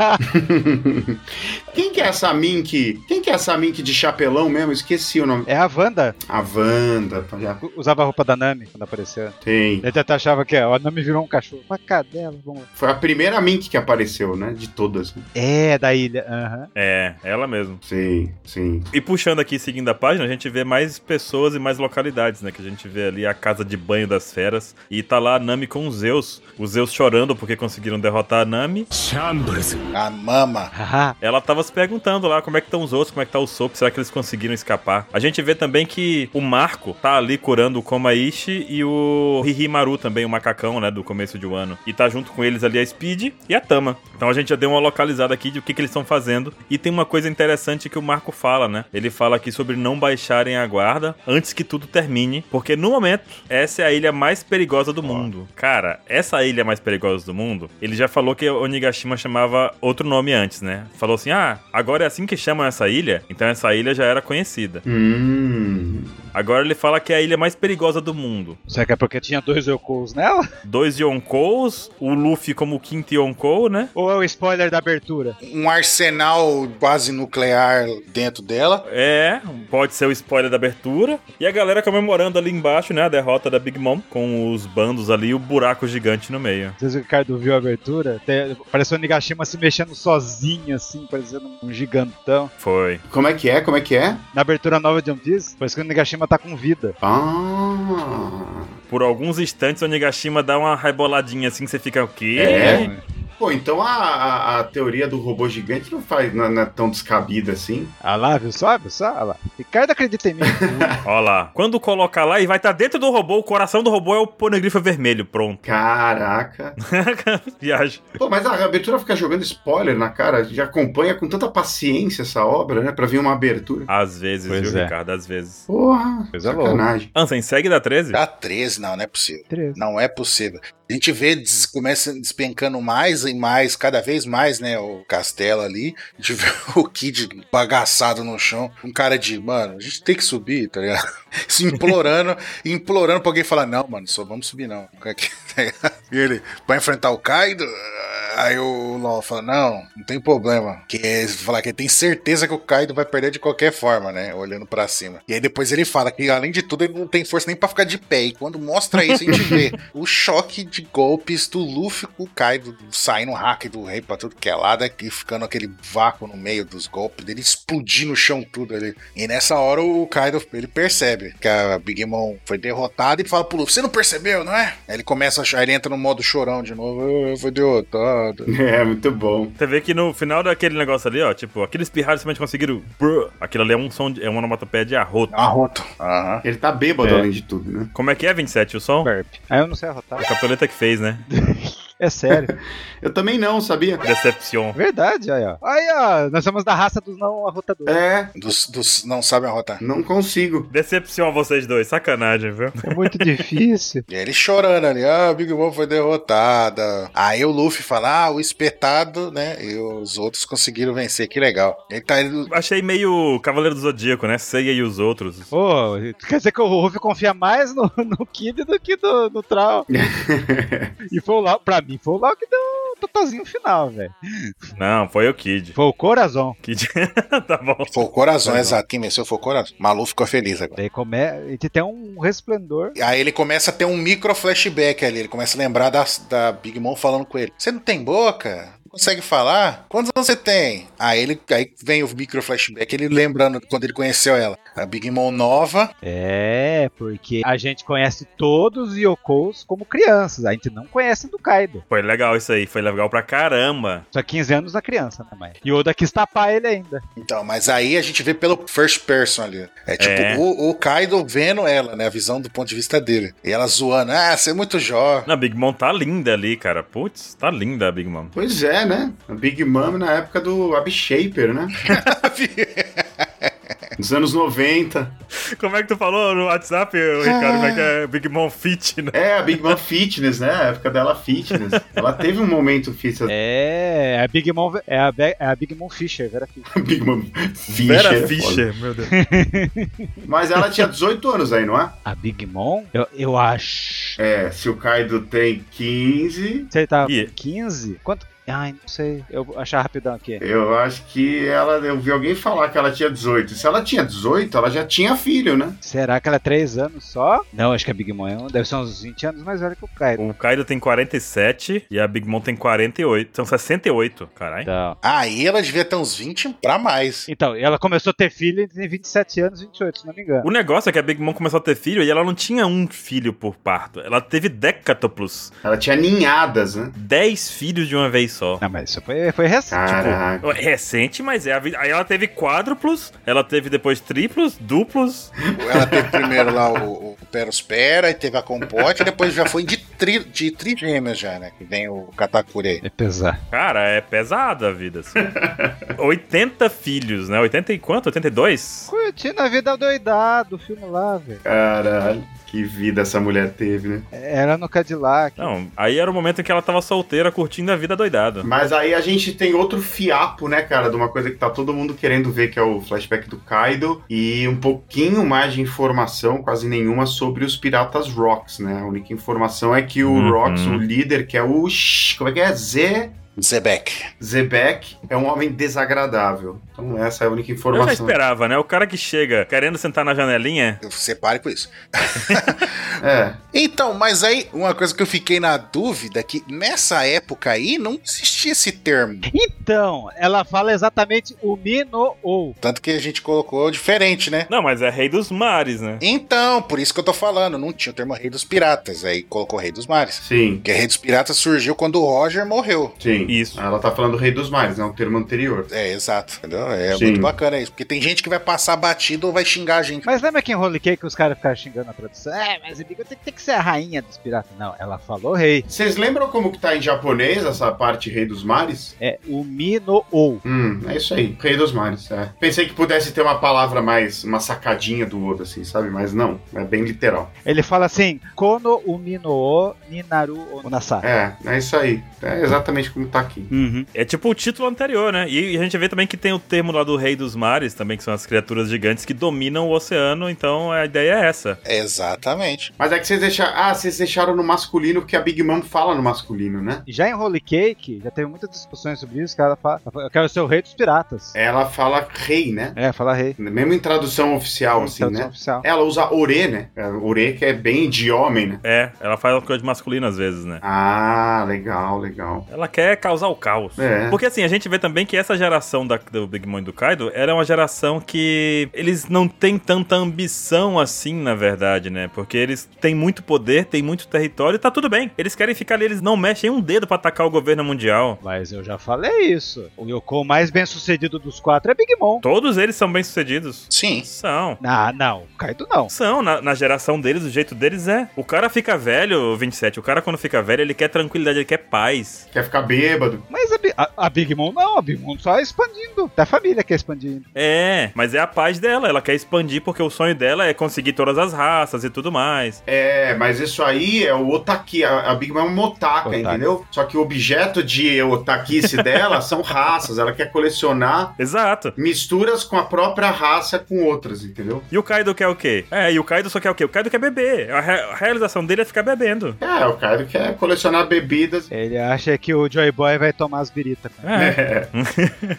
Speaker 4: Quem que que é essa Mink? Quem que é essa Mink de chapelão mesmo? Esqueci o nome.
Speaker 3: É a Wanda.
Speaker 4: A Wanda. tá ligado?
Speaker 3: U- Usava a roupa da Nami quando apareceu.
Speaker 4: Tem.
Speaker 3: A gente até achava que ó, a Nami virou um cachorro. Uma cadela, vamos lá.
Speaker 4: Foi a primeira Mink que apareceu, né? De todas.
Speaker 3: É, da ilha. Aham.
Speaker 1: É, ela mesmo.
Speaker 4: Sim, sim.
Speaker 1: E puxando aqui, seguindo a página, a gente vê mais pessoas e mais localidades, né? Que a gente vê ali a casa de banho das feras. E tá lá a Nami com os Zeus. Os Zeus chorando porque conseguiram derrotar a Nami.
Speaker 2: A mama.
Speaker 3: Haha.
Speaker 1: Ela tava se perguntando lá como é que estão os outros, como é que tá o Sop, será que eles conseguiram escapar? A gente vê também que o Marco tá ali curando o Komaishi e o Hihimaru também, o macacão, né, do começo de um ano. E tá junto com eles ali a Speed e a Tama. Então a gente já deu uma localizada aqui de o que, que eles estão fazendo. E tem uma coisa interessante que o Marco fala, né? Ele fala aqui sobre não baixarem a guarda antes que tudo termine, porque no momento essa é a ilha mais perigosa do mundo. Cara, essa ilha mais perigosa do mundo, ele já falou que Onigashima chamava outro nome antes, né? Falou assim: ah, agora é assim que chamam essa ilha, então essa ilha já era conhecida.
Speaker 4: Hum.
Speaker 1: Agora ele fala que é a ilha mais perigosa do mundo.
Speaker 3: Será que é porque tinha dois Yokos nela?
Speaker 1: Dois Yonkous, o Luffy como o quinto Yonkou, né?
Speaker 3: [laughs] Ou é o spoiler da abertura?
Speaker 2: Um arsenal quase nuclear dentro dela.
Speaker 1: É, pode ser o spoiler da abertura. E a galera comemorando ali embaixo, né? A derrota da Big Mom, com os bandos ali e o buraco gigante no meio.
Speaker 3: Vocês viram que o Ricardo viu a abertura? Até- Pareceu o Nigashima se mexendo sozinho, assim, parecendo um gigantão.
Speaker 1: Foi.
Speaker 4: Como é que é? Como é que é?
Speaker 3: Na abertura nova de One Piece, parece que o Nigashima tá com vida.
Speaker 4: Ah.
Speaker 1: Por alguns instantes, o Onigashima dá uma reboladinha assim que você fica o quê?
Speaker 4: É? Pô, então a, a, a teoria do robô gigante não faz não, não é tão descabida assim.
Speaker 3: Ah lá, viu só? Viu só? Ah lá. Ricardo acredita [laughs] em mim.
Speaker 1: Ó lá. Quando colocar lá e vai estar dentro do robô, o coração do robô é o ponegrifa vermelho. Pronto. [laughs]
Speaker 4: Caraca.
Speaker 1: Viagem.
Speaker 4: Pô, mas a abertura fica jogando spoiler na cara, já acompanha com tanta paciência essa obra, né? Pra vir uma abertura.
Speaker 1: Às vezes,
Speaker 3: Pois
Speaker 1: viu,
Speaker 3: é.
Speaker 1: Ricardo? Às vezes.
Speaker 4: Porra,
Speaker 3: Coisa louca.
Speaker 4: sacanagem. [laughs]
Speaker 1: Ansem, segue da 13?
Speaker 3: Tá.
Speaker 2: Dá 13, não, não é possível.
Speaker 3: Três.
Speaker 2: Não é possível. A gente vê, des- começa despencando mais e mais, cada vez mais, né? O castelo ali. A gente vê [laughs] o Kid bagaçado no chão. Um cara de, mano, a gente tem que subir, tá ligado? [laughs] Se implorando, implorando pra alguém falar: não, mano, só vamos subir não. [laughs] Fica aqui, tá ligado? E ele, pra enfrentar o Kaido. Aí o LOL fala: não, não tem problema. Que é falar que ele tem certeza que o Kaido vai perder de qualquer forma, né? Olhando pra cima. E aí depois ele fala que, além de tudo, ele não tem força nem pra ficar de pé. E quando mostra isso, a gente vê o choque de golpes do Luffy com o Kaido saindo hack do rei pra tudo que é lado e ficando aquele vácuo no meio dos golpes dele explodir no chão tudo ali. E nessa hora o Kaido ele percebe que a Big Mom foi derrotada e fala pro Luffy: Você não percebeu, não é? Aí ele começa a chorar, ele entra no modo chorão de novo: "Eu- Eu fui derrotado.
Speaker 4: É, muito bom.
Speaker 1: Você vê que no final daquele negócio ali, ó, tipo, aqueles pirralhos simplesmente conseguiram. Brrr. Aquilo ali é um som, de, é uma onomatopeia de arroto.
Speaker 2: Arroto. Aham.
Speaker 4: Ele tá bêbado
Speaker 3: É.
Speaker 4: além de tudo, né?
Speaker 1: Como é que é, 27, o som?
Speaker 3: Burp. Aí eu não sei arrotar.
Speaker 1: O capeleta que fez, né?
Speaker 3: É sério. É
Speaker 4: Eu também não, sabia?
Speaker 1: Decepcion.
Speaker 3: Verdade, aí ó. Aí ó, nós somos da raça dos não arrotadores.
Speaker 4: É,
Speaker 2: Dos, dos não sabem arrotar.
Speaker 4: não consigo.
Speaker 1: Decepcion vocês dois, sacanagem, viu?
Speaker 3: É muito [laughs] difícil.
Speaker 2: E ele chorando ali, ah, Big Mom foi derrotada. Aí o Luffy fala, ah, o espetado, né? E os outros conseguiram vencer, que legal. Ele tá ele,
Speaker 1: Achei meio Cavaleiro do Zodíaco, né? Seiya e os outros.
Speaker 3: Pô, quer dizer que o Ruff confia mais no, no Kid do que no, no [laughs] Troll. e foi o Lau, pra mim, foi o Lau que deu o totozinho final, velho.
Speaker 1: Não, foi o Kid.
Speaker 3: Foi o Corazon.
Speaker 1: Kid. [laughs] tá bom.
Speaker 2: foi o coração,
Speaker 3: Legal.
Speaker 2: exato. Quem venceu foi o coração. Malu ficou feliz agora.
Speaker 3: Daí come... ele tem um resplendor.
Speaker 2: Aí ele começa a ter um micro flashback ali. Ele começa a lembrar da, da Big Mom falando com ele. Você não tem boca? Não consegue falar? Quantos anos você tem? Aí ele aí vem o micro flashback, ele lembrando quando ele conheceu ela. A Big Mom nova.
Speaker 3: É, porque a gente conhece todos os Yokos como crianças. A gente não conhece do Kaido.
Speaker 1: Foi legal isso aí, foi legal pra caramba.
Speaker 3: Só 15 anos na criança, né, mãe? E o Oda quis tapar ele ainda.
Speaker 2: Então, mas aí a gente vê pelo first person ali. É tipo
Speaker 1: É.
Speaker 2: O, o Kaido vendo ela, né? A visão do ponto de vista dele. E ela zoando. Ah, você é muito jovem. [laughs]
Speaker 1: Na Big Mom tá linda ali, cara. Putz, tá linda a Big Mom.
Speaker 4: Pois é, né? A Big Mom na época do Abshaper, né? Nos anos 90.
Speaker 1: Como é que tu falou no WhatsApp, Ricardo? Como é que é Big Mom Fit, né?
Speaker 4: É, a Big Mom Fitness, né? A época dela fitness. Ela teve um momento fitness.
Speaker 3: É, a Big Mom, é a, Be- é a Big Mom Fisher, Vera Fisher.
Speaker 4: Big Mom Fischer.
Speaker 1: Vera
Speaker 4: é foda.
Speaker 1: Fischer, meu Deus.
Speaker 4: Mas ela tinha 18 anos aí, não é?
Speaker 3: A Big Mom? Eu, eu acho.
Speaker 4: É, se o Kaido tem 15.
Speaker 3: Você tá
Speaker 1: E-
Speaker 3: 15? Quanto? Ai, não sei. Eu vou achar rapidão
Speaker 1: É.
Speaker 3: aqui.
Speaker 4: Eu acho que ela. Eu vi alguém falar que ela tinha 18. Se ela tinha 18, ela já tinha filho, né?
Speaker 3: Será que ela é 3 anos só? Não, acho que a Big Mom é um- deve ser uns 20 anos mais velha que o Kaido.
Speaker 1: O Kaido tem 47 e a Big Mom tem 48. São 68, caralho.
Speaker 3: Então,
Speaker 2: Aí ela devia ter uns 20 pra mais.
Speaker 3: então, ela começou a ter filho e tem 27 anos, 28, se não me engano.
Speaker 1: O negócio é que a Big Mom começou a ter filho e ela não tinha um filho por parto. Ela teve decátoplos.
Speaker 4: Ela tinha ninhadas, né?
Speaker 1: 10 filhos de uma vez só.
Speaker 3: Não, mas isso foi, foi recente.
Speaker 4: Caraca.
Speaker 1: Tipo, recente, mas é a vida. Aí ela teve quádruplos, ela teve depois triplos, duplos.
Speaker 2: Ela teve primeiro lá o, o Perospera, aí teve a Compote, e depois já foi de, tri, de trigêmeas já, né? Que vem o Katakuri
Speaker 1: Ah.
Speaker 2: aí.
Speaker 3: É pesar.
Speaker 1: Cara, é pesada a vida, assim. 80 filhos, né? 80 e quanto? 82?
Speaker 3: Curtindo a vida doidada, o filme lá, velho.
Speaker 4: Caralho. Que vida essa mulher teve, né?
Speaker 3: Era no Cadillac.
Speaker 1: Não, aí era o momento em que ela tava solteira, curtindo a vida doidada.
Speaker 4: Mas aí a gente tem outro fiapo, né, cara, de uma coisa que tá todo mundo querendo ver, que é o flashback do Kaido, e um pouquinho mais de informação, quase nenhuma, sobre os piratas Rocks, né? A única informação é que o
Speaker 1: Uhum.
Speaker 4: Rocks, o líder, que é o. Sh- Como é que é? Z.
Speaker 2: Zebek.
Speaker 4: Zebek é um homem desagradável. Então essa é a única
Speaker 1: Eu já
Speaker 4: informação.
Speaker 1: esperava, né? O cara que chega querendo sentar na janelinha.
Speaker 2: Eu separe com isso.
Speaker 4: É.
Speaker 2: Então, mas aí, uma coisa que eu fiquei na dúvida é que nessa época aí não existia esse termo.
Speaker 3: Então, ela fala exatamente o Mi no ou.
Speaker 2: Tanto que a gente colocou diferente, né?
Speaker 1: Não, mas é rei dos mares, né?
Speaker 2: Então, por isso que eu tô falando, não tinha o termo Rei dos Piratas, aí colocou Rei dos Mares.
Speaker 4: Sim,
Speaker 2: Porque Rei dos Piratas surgiu quando o Roger morreu.
Speaker 4: sim.
Speaker 1: Isso.
Speaker 4: Ela tá falando Rei dos Mares, né? O termo anterior.
Speaker 2: É, exato. Entendeu? É
Speaker 4: Sim.
Speaker 2: muito bacana isso. Porque tem gente que vai passar batido ou vai xingar a gente.
Speaker 3: Mas lembra que em Holy Cake os caras ficaram xingando a produção? É, mas a Big tem, que- tem que ser a rainha dos piratas. Não, ela falou rei.
Speaker 4: Vocês lembram como que tá em japonês essa parte Rei dos Mares?
Speaker 3: É o Mi no ou.
Speaker 4: Hum, é isso aí. Rei dos Mares, é. Pensei que pudesse ter uma palavra mais, uma sacadinha do Oda, assim, sabe? Mas não, é bem literal.
Speaker 3: Ele fala assim: Kono o Mi no o, Ninaru o Nasa.
Speaker 4: É, é isso aí. É exatamente como tá aqui.
Speaker 3: Uhum.
Speaker 1: É tipo o título anterior, né? E a gente vê também que tem o termo lá do Rei dos Mares, também, que são as criaturas gigantes que dominam o oceano, então a ideia é essa.
Speaker 2: Exatamente.
Speaker 4: Mas é que vocês deixaram. Ah, vocês deixaram no masculino porque a Big Mom fala no masculino, né?
Speaker 3: Já em Holy Cake, já teve muitas discussões sobre isso, que ela fala, ela fala, eu quero ser o rei dos piratas.
Speaker 4: Ela fala rei, né?
Speaker 3: É, fala rei.
Speaker 4: Mesmo em tradução oficial, assim,
Speaker 3: Tradução
Speaker 4: né?
Speaker 3: oficial.
Speaker 4: Ela usa ore, né? É, Ore que é bem de homem, né?
Speaker 1: É, ela faz uma coisa de masculino às vezes, né?
Speaker 4: Ah, legal, legal.
Speaker 1: Ela quer causar o caos.
Speaker 4: É.
Speaker 1: Porque assim, a gente vê também que essa geração da- do Big Mom e do Kaido era uma geração que eles não têm tanta ambição assim, na verdade, né? Porque eles têm muito poder, têm muito território e tá tudo bem. Eles querem ficar ali, eles não mexem um dedo pra atacar o governo mundial.
Speaker 3: Mas eu já falei isso. O Yoko mais bem sucedido dos quatro é Big Mom.
Speaker 1: Todos eles são bem-sucedidos.
Speaker 2: Sim.
Speaker 1: São.
Speaker 3: Ah, não, Kaido não.
Speaker 1: São, na, na geração deles, o jeito deles é. O cara fica velho, 27. O cara, quando fica velho, ele quer tranquilidade, ele quer paz.
Speaker 4: Quer ficar bêbado?
Speaker 3: Mas a, Bi- a- a Big Mom não, a Big Mom só é expandindo. Da família que é expandindo.
Speaker 1: É, mas é a paz dela. Ela quer expandir porque o sonho dela é conseguir todas as raças e tudo mais.
Speaker 4: É, mas isso aí é o otaki. A, a Big Mom é uma otaka,
Speaker 3: Otaka.
Speaker 4: entendeu? Só que o objeto de otakice [laughs] dela são raças. Ela quer colecionar
Speaker 1: Exato.
Speaker 4: misturas com a própria raça com outras, entendeu?
Speaker 1: E o Kaido quer o quê? É, e o Kaido só quer o quê? O Kaido quer beber. A, re- a realização dele é ficar bebendo.
Speaker 4: É, o Kaido quer colecionar bebidas.
Speaker 3: Ele acha que o Joy Boy vai tomar as viritas.
Speaker 1: É. [laughs]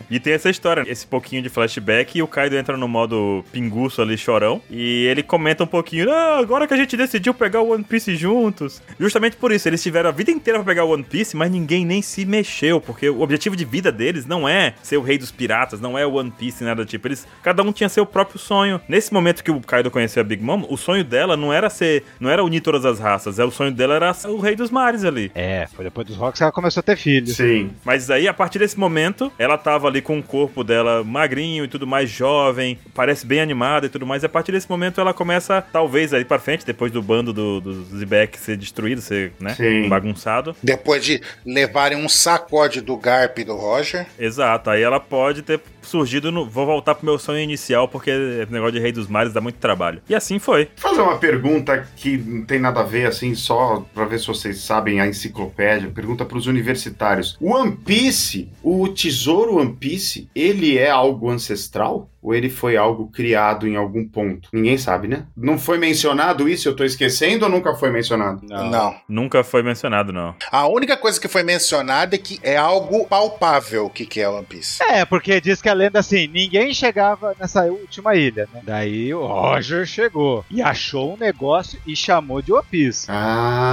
Speaker 1: e tem essa história, esse pouquinho de flashback, e o Kaido entra no modo pinguço ali, chorão, e ele comenta um pouquinho, ah, agora que a gente decidiu pegar o One Piece juntos. Justamente por isso, eles tiveram a vida inteira pra pegar o One Piece, mas ninguém nem se mexeu, porque o objetivo de vida deles não é ser o rei dos piratas, não é o One Piece, nada do tipo. Eles, cada um tinha seu próprio sonho. Nesse momento que o Kaido conheceu a Big Mom, o sonho dela não era ser, não era unir todas as raças, é o sonho dela era ser o rei dos mares ali.
Speaker 3: É, foi depois dos Rocks que ela começou a ter filhos.
Speaker 4: Sim.
Speaker 1: Mas aí, a partir desse momento, ela tava ali com o corpo dela magrinho e tudo mais, jovem, parece bem animada e tudo mais. E a partir desse momento, ela começa, talvez aí pra frente, depois do bando do, do Zibek ser destruído, ser, né?
Speaker 4: Sim.
Speaker 1: Bagunçado.
Speaker 2: Depois de levarem um sacode do Garp e do Roger.
Speaker 1: Exato. Aí ela pode ter surgido no. Vou voltar pro meu sonho inicial, porque esse negócio de Rei dos Mares dá muito trabalho. E assim foi.
Speaker 4: Vou fazer uma pergunta que não tem nada a ver, assim, só pra ver se vocês sabem a enciclopédia. Pergunta pros universitários. O One Piece, o tesouro One Piece, ele ele é algo ancestral? Ou ele foi algo criado em algum ponto? Ninguém sabe, né? Não foi mencionado isso? Eu tô esquecendo ou nunca foi mencionado?
Speaker 3: Ah.
Speaker 2: Não.
Speaker 1: Nunca foi mencionado, não.
Speaker 2: A única coisa que foi mencionada é que é algo palpável o que, que é One Piece.
Speaker 3: É, porque diz que a lenda assim, ninguém chegava nessa última ilha, né? Daí o Roger chegou e achou um negócio e chamou de One Piece.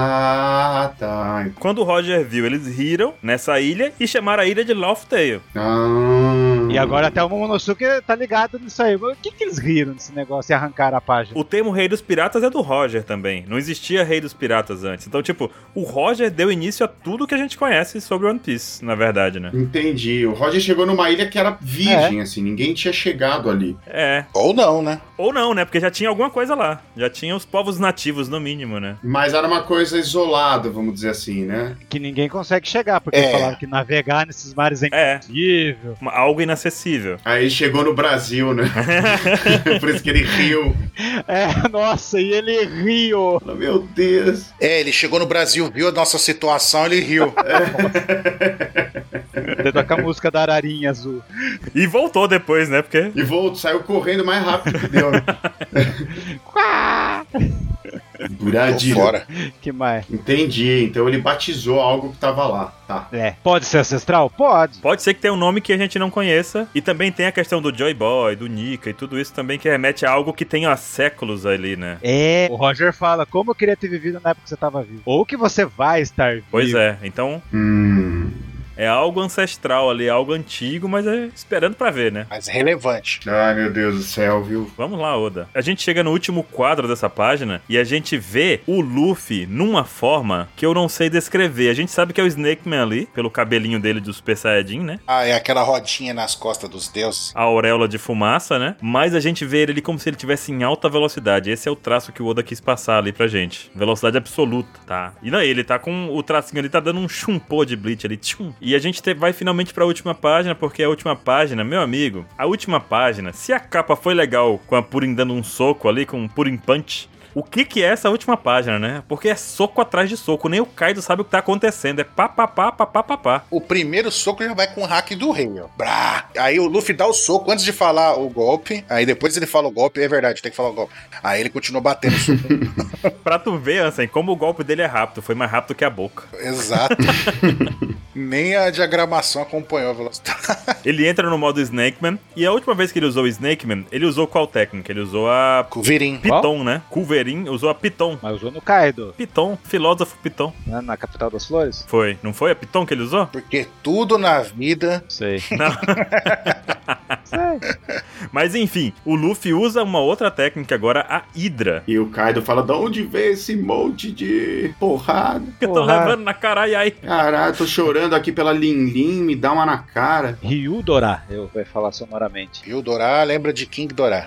Speaker 4: Ah, tá.
Speaker 1: Quando o Roger viu, eles riram nessa ilha e chamaram a ilha de Loftail.
Speaker 4: Ah.
Speaker 3: E agora até o Momonosuke tá ligado nisso aí. Mas O que que eles riram desse negócio e arrancaram a página?
Speaker 1: O termo Rei dos Piratas é do Roger também. Não existia Rei dos Piratas antes. Então, tipo, o Roger deu início a tudo que a gente conhece sobre One Piece, na verdade, né?
Speaker 4: Entendi. O Roger chegou numa ilha que era
Speaker 3: É.
Speaker 4: virgem, assim, ninguém tinha chegado ali.
Speaker 1: É.
Speaker 2: Ou não, né?
Speaker 1: Ou não, né? Porque já tinha alguma coisa lá. Já tinha os povos nativos, no mínimo, né?
Speaker 4: Mas era uma coisa isolada, vamos dizer assim, né?
Speaker 3: Que ninguém consegue chegar, porque
Speaker 2: É.
Speaker 3: falaram que navegar nesses mares é
Speaker 1: É.
Speaker 3: impossível.
Speaker 1: Uma- Algo inacessível.
Speaker 4: Aí chegou no Brasil, né? Por isso que ele riu.
Speaker 3: É, [laughs] nossa, e ele riu.
Speaker 4: Fala, Meu Deus.
Speaker 2: É, ele chegou no Brasil, viu a nossa situação, ele riu.
Speaker 3: Até toca a música da Ararinha Azul.
Speaker 1: E voltou depois, né? Porque.
Speaker 4: E voltou, saiu correndo mais rápido que deu. né?
Speaker 3: Quá!
Speaker 2: [laughs] Tô
Speaker 4: Buradinho.
Speaker 2: fora.
Speaker 3: Que mais?
Speaker 4: Entendi. Então ele batizou algo que tava lá. Tá.
Speaker 3: É. Pode ser ancestral? Pode.
Speaker 1: Pode ser que tenha um nome que a gente não conheça. E também tem a questão do Joy Boy, do Nika e tudo isso também que remete a algo que tem há séculos ali, né?
Speaker 3: É. O Roger fala, como eu queria ter vivido na época que você tava vivo. Ou que você vai estar vivo.
Speaker 1: Pois é. Então
Speaker 4: Hum.
Speaker 1: é algo ancestral ali, algo antigo, mas é esperando pra ver, né?
Speaker 2: Mas é relevante.
Speaker 4: Ai, meu Deus do céu, viu?
Speaker 1: Vamos lá, Oda. A gente chega no último quadro dessa página e a gente vê o Luffy numa forma que eu não sei descrever. A gente sabe que é o Snake Man ali, pelo cabelinho dele do Super Saiyajin, né?
Speaker 2: Ah, é aquela rodinha nas costas dos deuses.
Speaker 1: A auréola de fumaça, né? Mas a gente vê ele como se ele tivesse em alta velocidade. Esse é o traço que o Oda quis passar ali pra gente. Velocidade absoluta, tá? E daí, ele tá com o tracinho ali, tá dando um chumpô de Bleach ali. Tchum. E a gente te- vai finalmente pra última página, porque a última página, meu amigo, a última página, se a capa foi legal com a Purim dando um soco ali, com um Purim Punch, o que que é essa última página, né? Porque é soco atrás de soco, nem o Kaido sabe o que tá acontecendo. É pá, pá, pá, pá, pá, pá, pá.
Speaker 2: O primeiro soco já vai com o hack do rei, ó. Brá! Aí o Luffy dá o soco antes de falar o golpe. Aí depois ele fala o golpe, é verdade, tem que falar o golpe. Aí ele continua batendo o soco.
Speaker 1: Pra tu ver, Ansem, como o golpe dele é rápido. Foi mais rápido que a boca.
Speaker 2: Exato. [laughs] Nem a diagramação acompanhou a velocidade.
Speaker 1: Ele entra no modo Snakeman. E a última vez que ele usou o Snakeman, ele usou qual técnica? Ele usou a
Speaker 2: Covirim.
Speaker 1: Piton, né? Culverin usou a Piton.
Speaker 3: Mas usou no Kaido,
Speaker 1: Piton, filósofo Piton.
Speaker 3: né, na capital das flores.
Speaker 1: Foi, não foi a Piton que ele usou?
Speaker 2: Porque tudo na vida.
Speaker 1: [laughs]
Speaker 3: Sei.
Speaker 1: Não.
Speaker 3: Sei.
Speaker 1: Mas enfim, o Luffy usa uma outra técnica agora, a Hydra.
Speaker 4: E o Kaido fala: da onde veio esse monte de porrada?
Speaker 1: Que eu tô
Speaker 3: Porra.
Speaker 1: levando na caralho aí.
Speaker 4: Caralho, tô chorando aqui pela Lin Lin, me dá uma na cara. [laughs]
Speaker 3: Ryudora, eu vou falar sonoramente.
Speaker 2: E o Dorá lembra de King Dorá.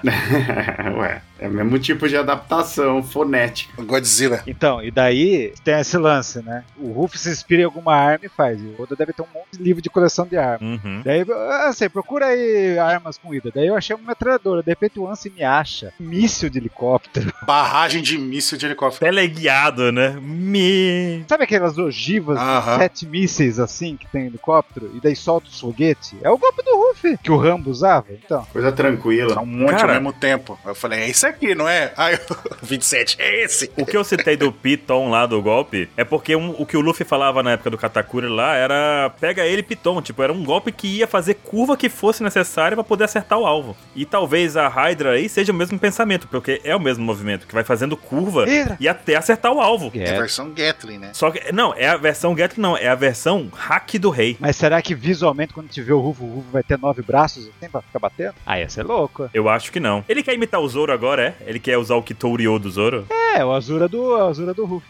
Speaker 4: Ué, é o mesmo tipo de adaptação fonética.
Speaker 2: Godzilla.
Speaker 3: Então, e daí tem esse lance, né? O Ruff se inspira em alguma arma e faz. E o Oda deve ter um monte de livro de coleção de armas.
Speaker 1: Uhum.
Speaker 3: Daí, ah, sei, procura aí armas com ida. Daí eu achei uma metralhadora. De repente o Ansem me acha. um Míssil de helicóptero.
Speaker 2: Barragem de míssil de helicóptero.
Speaker 1: Teleguiado, né? Me.
Speaker 3: Sabe aquelas ogivas
Speaker 2: Aham.
Speaker 3: sete mísseis assim que tem helicóptero? E daí solta os foguetes? É o golpe do Ruff que o Rambo usava. Então,
Speaker 2: Tá
Speaker 4: Coisa tranquila.
Speaker 2: Um monte
Speaker 1: Cara.
Speaker 2: ao mesmo tempo. Eu falei, é isso aqui, não é? Aí [laughs] eu, 27, é esse.
Speaker 1: O que eu citei do Piton lá do golpe é porque um- o que o Luffy falava na época do Katakuri lá era pega ele Piton, tipo, era um golpe que ia fazer curva que fosse necessária pra poder acertar o alvo. E talvez a Hydra aí seja o mesmo pensamento, porque é o mesmo movimento que vai fazendo curva
Speaker 3: Hydra.
Speaker 1: e até acertar o alvo.
Speaker 2: É a versão Gatlin, né?
Speaker 1: Só que não, é a versão Get não, é a versão hack do rei.
Speaker 3: Mas será que visualmente quando tiver o Ruff, o Ruff vai ter nove braços assim pra ficar batendo? Ah, ia ser louco.
Speaker 1: Eu acho que não. Ele quer imitar o Zoro agora, é? Ele quer usar o Kitoriô do Zoro? Ah,
Speaker 3: É, o Azura do, a Azura do Ruff.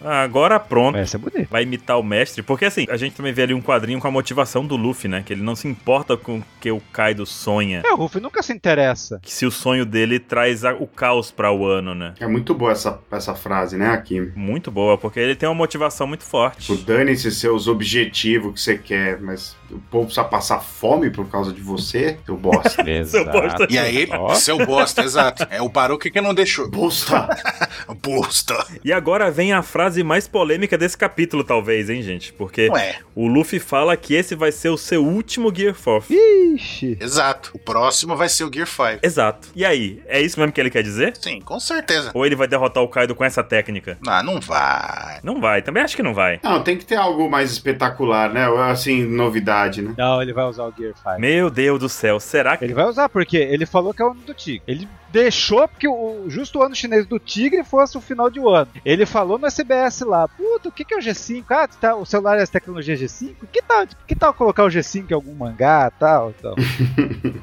Speaker 1: Agora pronto.
Speaker 3: Mas ia ser bonito.
Speaker 1: vai imitar o mestre, porque assim, a gente também vê ali um quadrinho com a motivação do Luffy, né? Que ele não se importa com o que o Kaido sonha.
Speaker 3: É, o Ruff nunca se interessa.
Speaker 1: Que se o sonho dele traz a- o caos pra o ano, né?
Speaker 4: É muito boa essa, essa frase, né, Akimi?
Speaker 1: Muito boa, porque ele tem uma motivação muito
Speaker 4: Tipo,
Speaker 1: forte.
Speaker 4: dane-se seus objetivos que você quer, mas o povo precisa passar fome por causa de você,
Speaker 1: [laughs]
Speaker 4: seu bosta.
Speaker 1: Seu bosta.
Speaker 2: E aí, [laughs]
Speaker 3: Ó.
Speaker 2: seu bosta, exato. É o Baruque que não deixou.
Speaker 4: bosta!
Speaker 2: Bosta.
Speaker 1: E agora vem a frase mais polêmica desse capítulo, talvez, hein, gente? Porque
Speaker 2: Ué,
Speaker 1: o Luffy fala que esse vai ser o seu último Gear 4.
Speaker 3: Ixi.
Speaker 2: exato. O próximo vai ser o Gear 5.
Speaker 1: Exato. E aí, é isso mesmo que ele quer dizer?
Speaker 2: Sim, com certeza.
Speaker 1: Ou ele vai derrotar o Kaido com essa técnica?
Speaker 2: Ah, não vai.
Speaker 1: Não vai, também acho que não vai.
Speaker 4: Não, tem que ter algo mais espetacular, né? Assim, novidade, né?
Speaker 3: Não, ele vai usar o Gear 5.
Speaker 1: Meu Deus do céu, será que.
Speaker 3: Ele vai usar, porque ele falou que é o ano do tigre. Ele deixou porque o, justo o ano chinês do tigre fosse o final de um ano. Ele falou no SBS lá, puta, o que, que é o G5? Ah, tá, o celular é tecnologia G5? Que tal, que tal colocar o G5 em algum mangá tal, tal?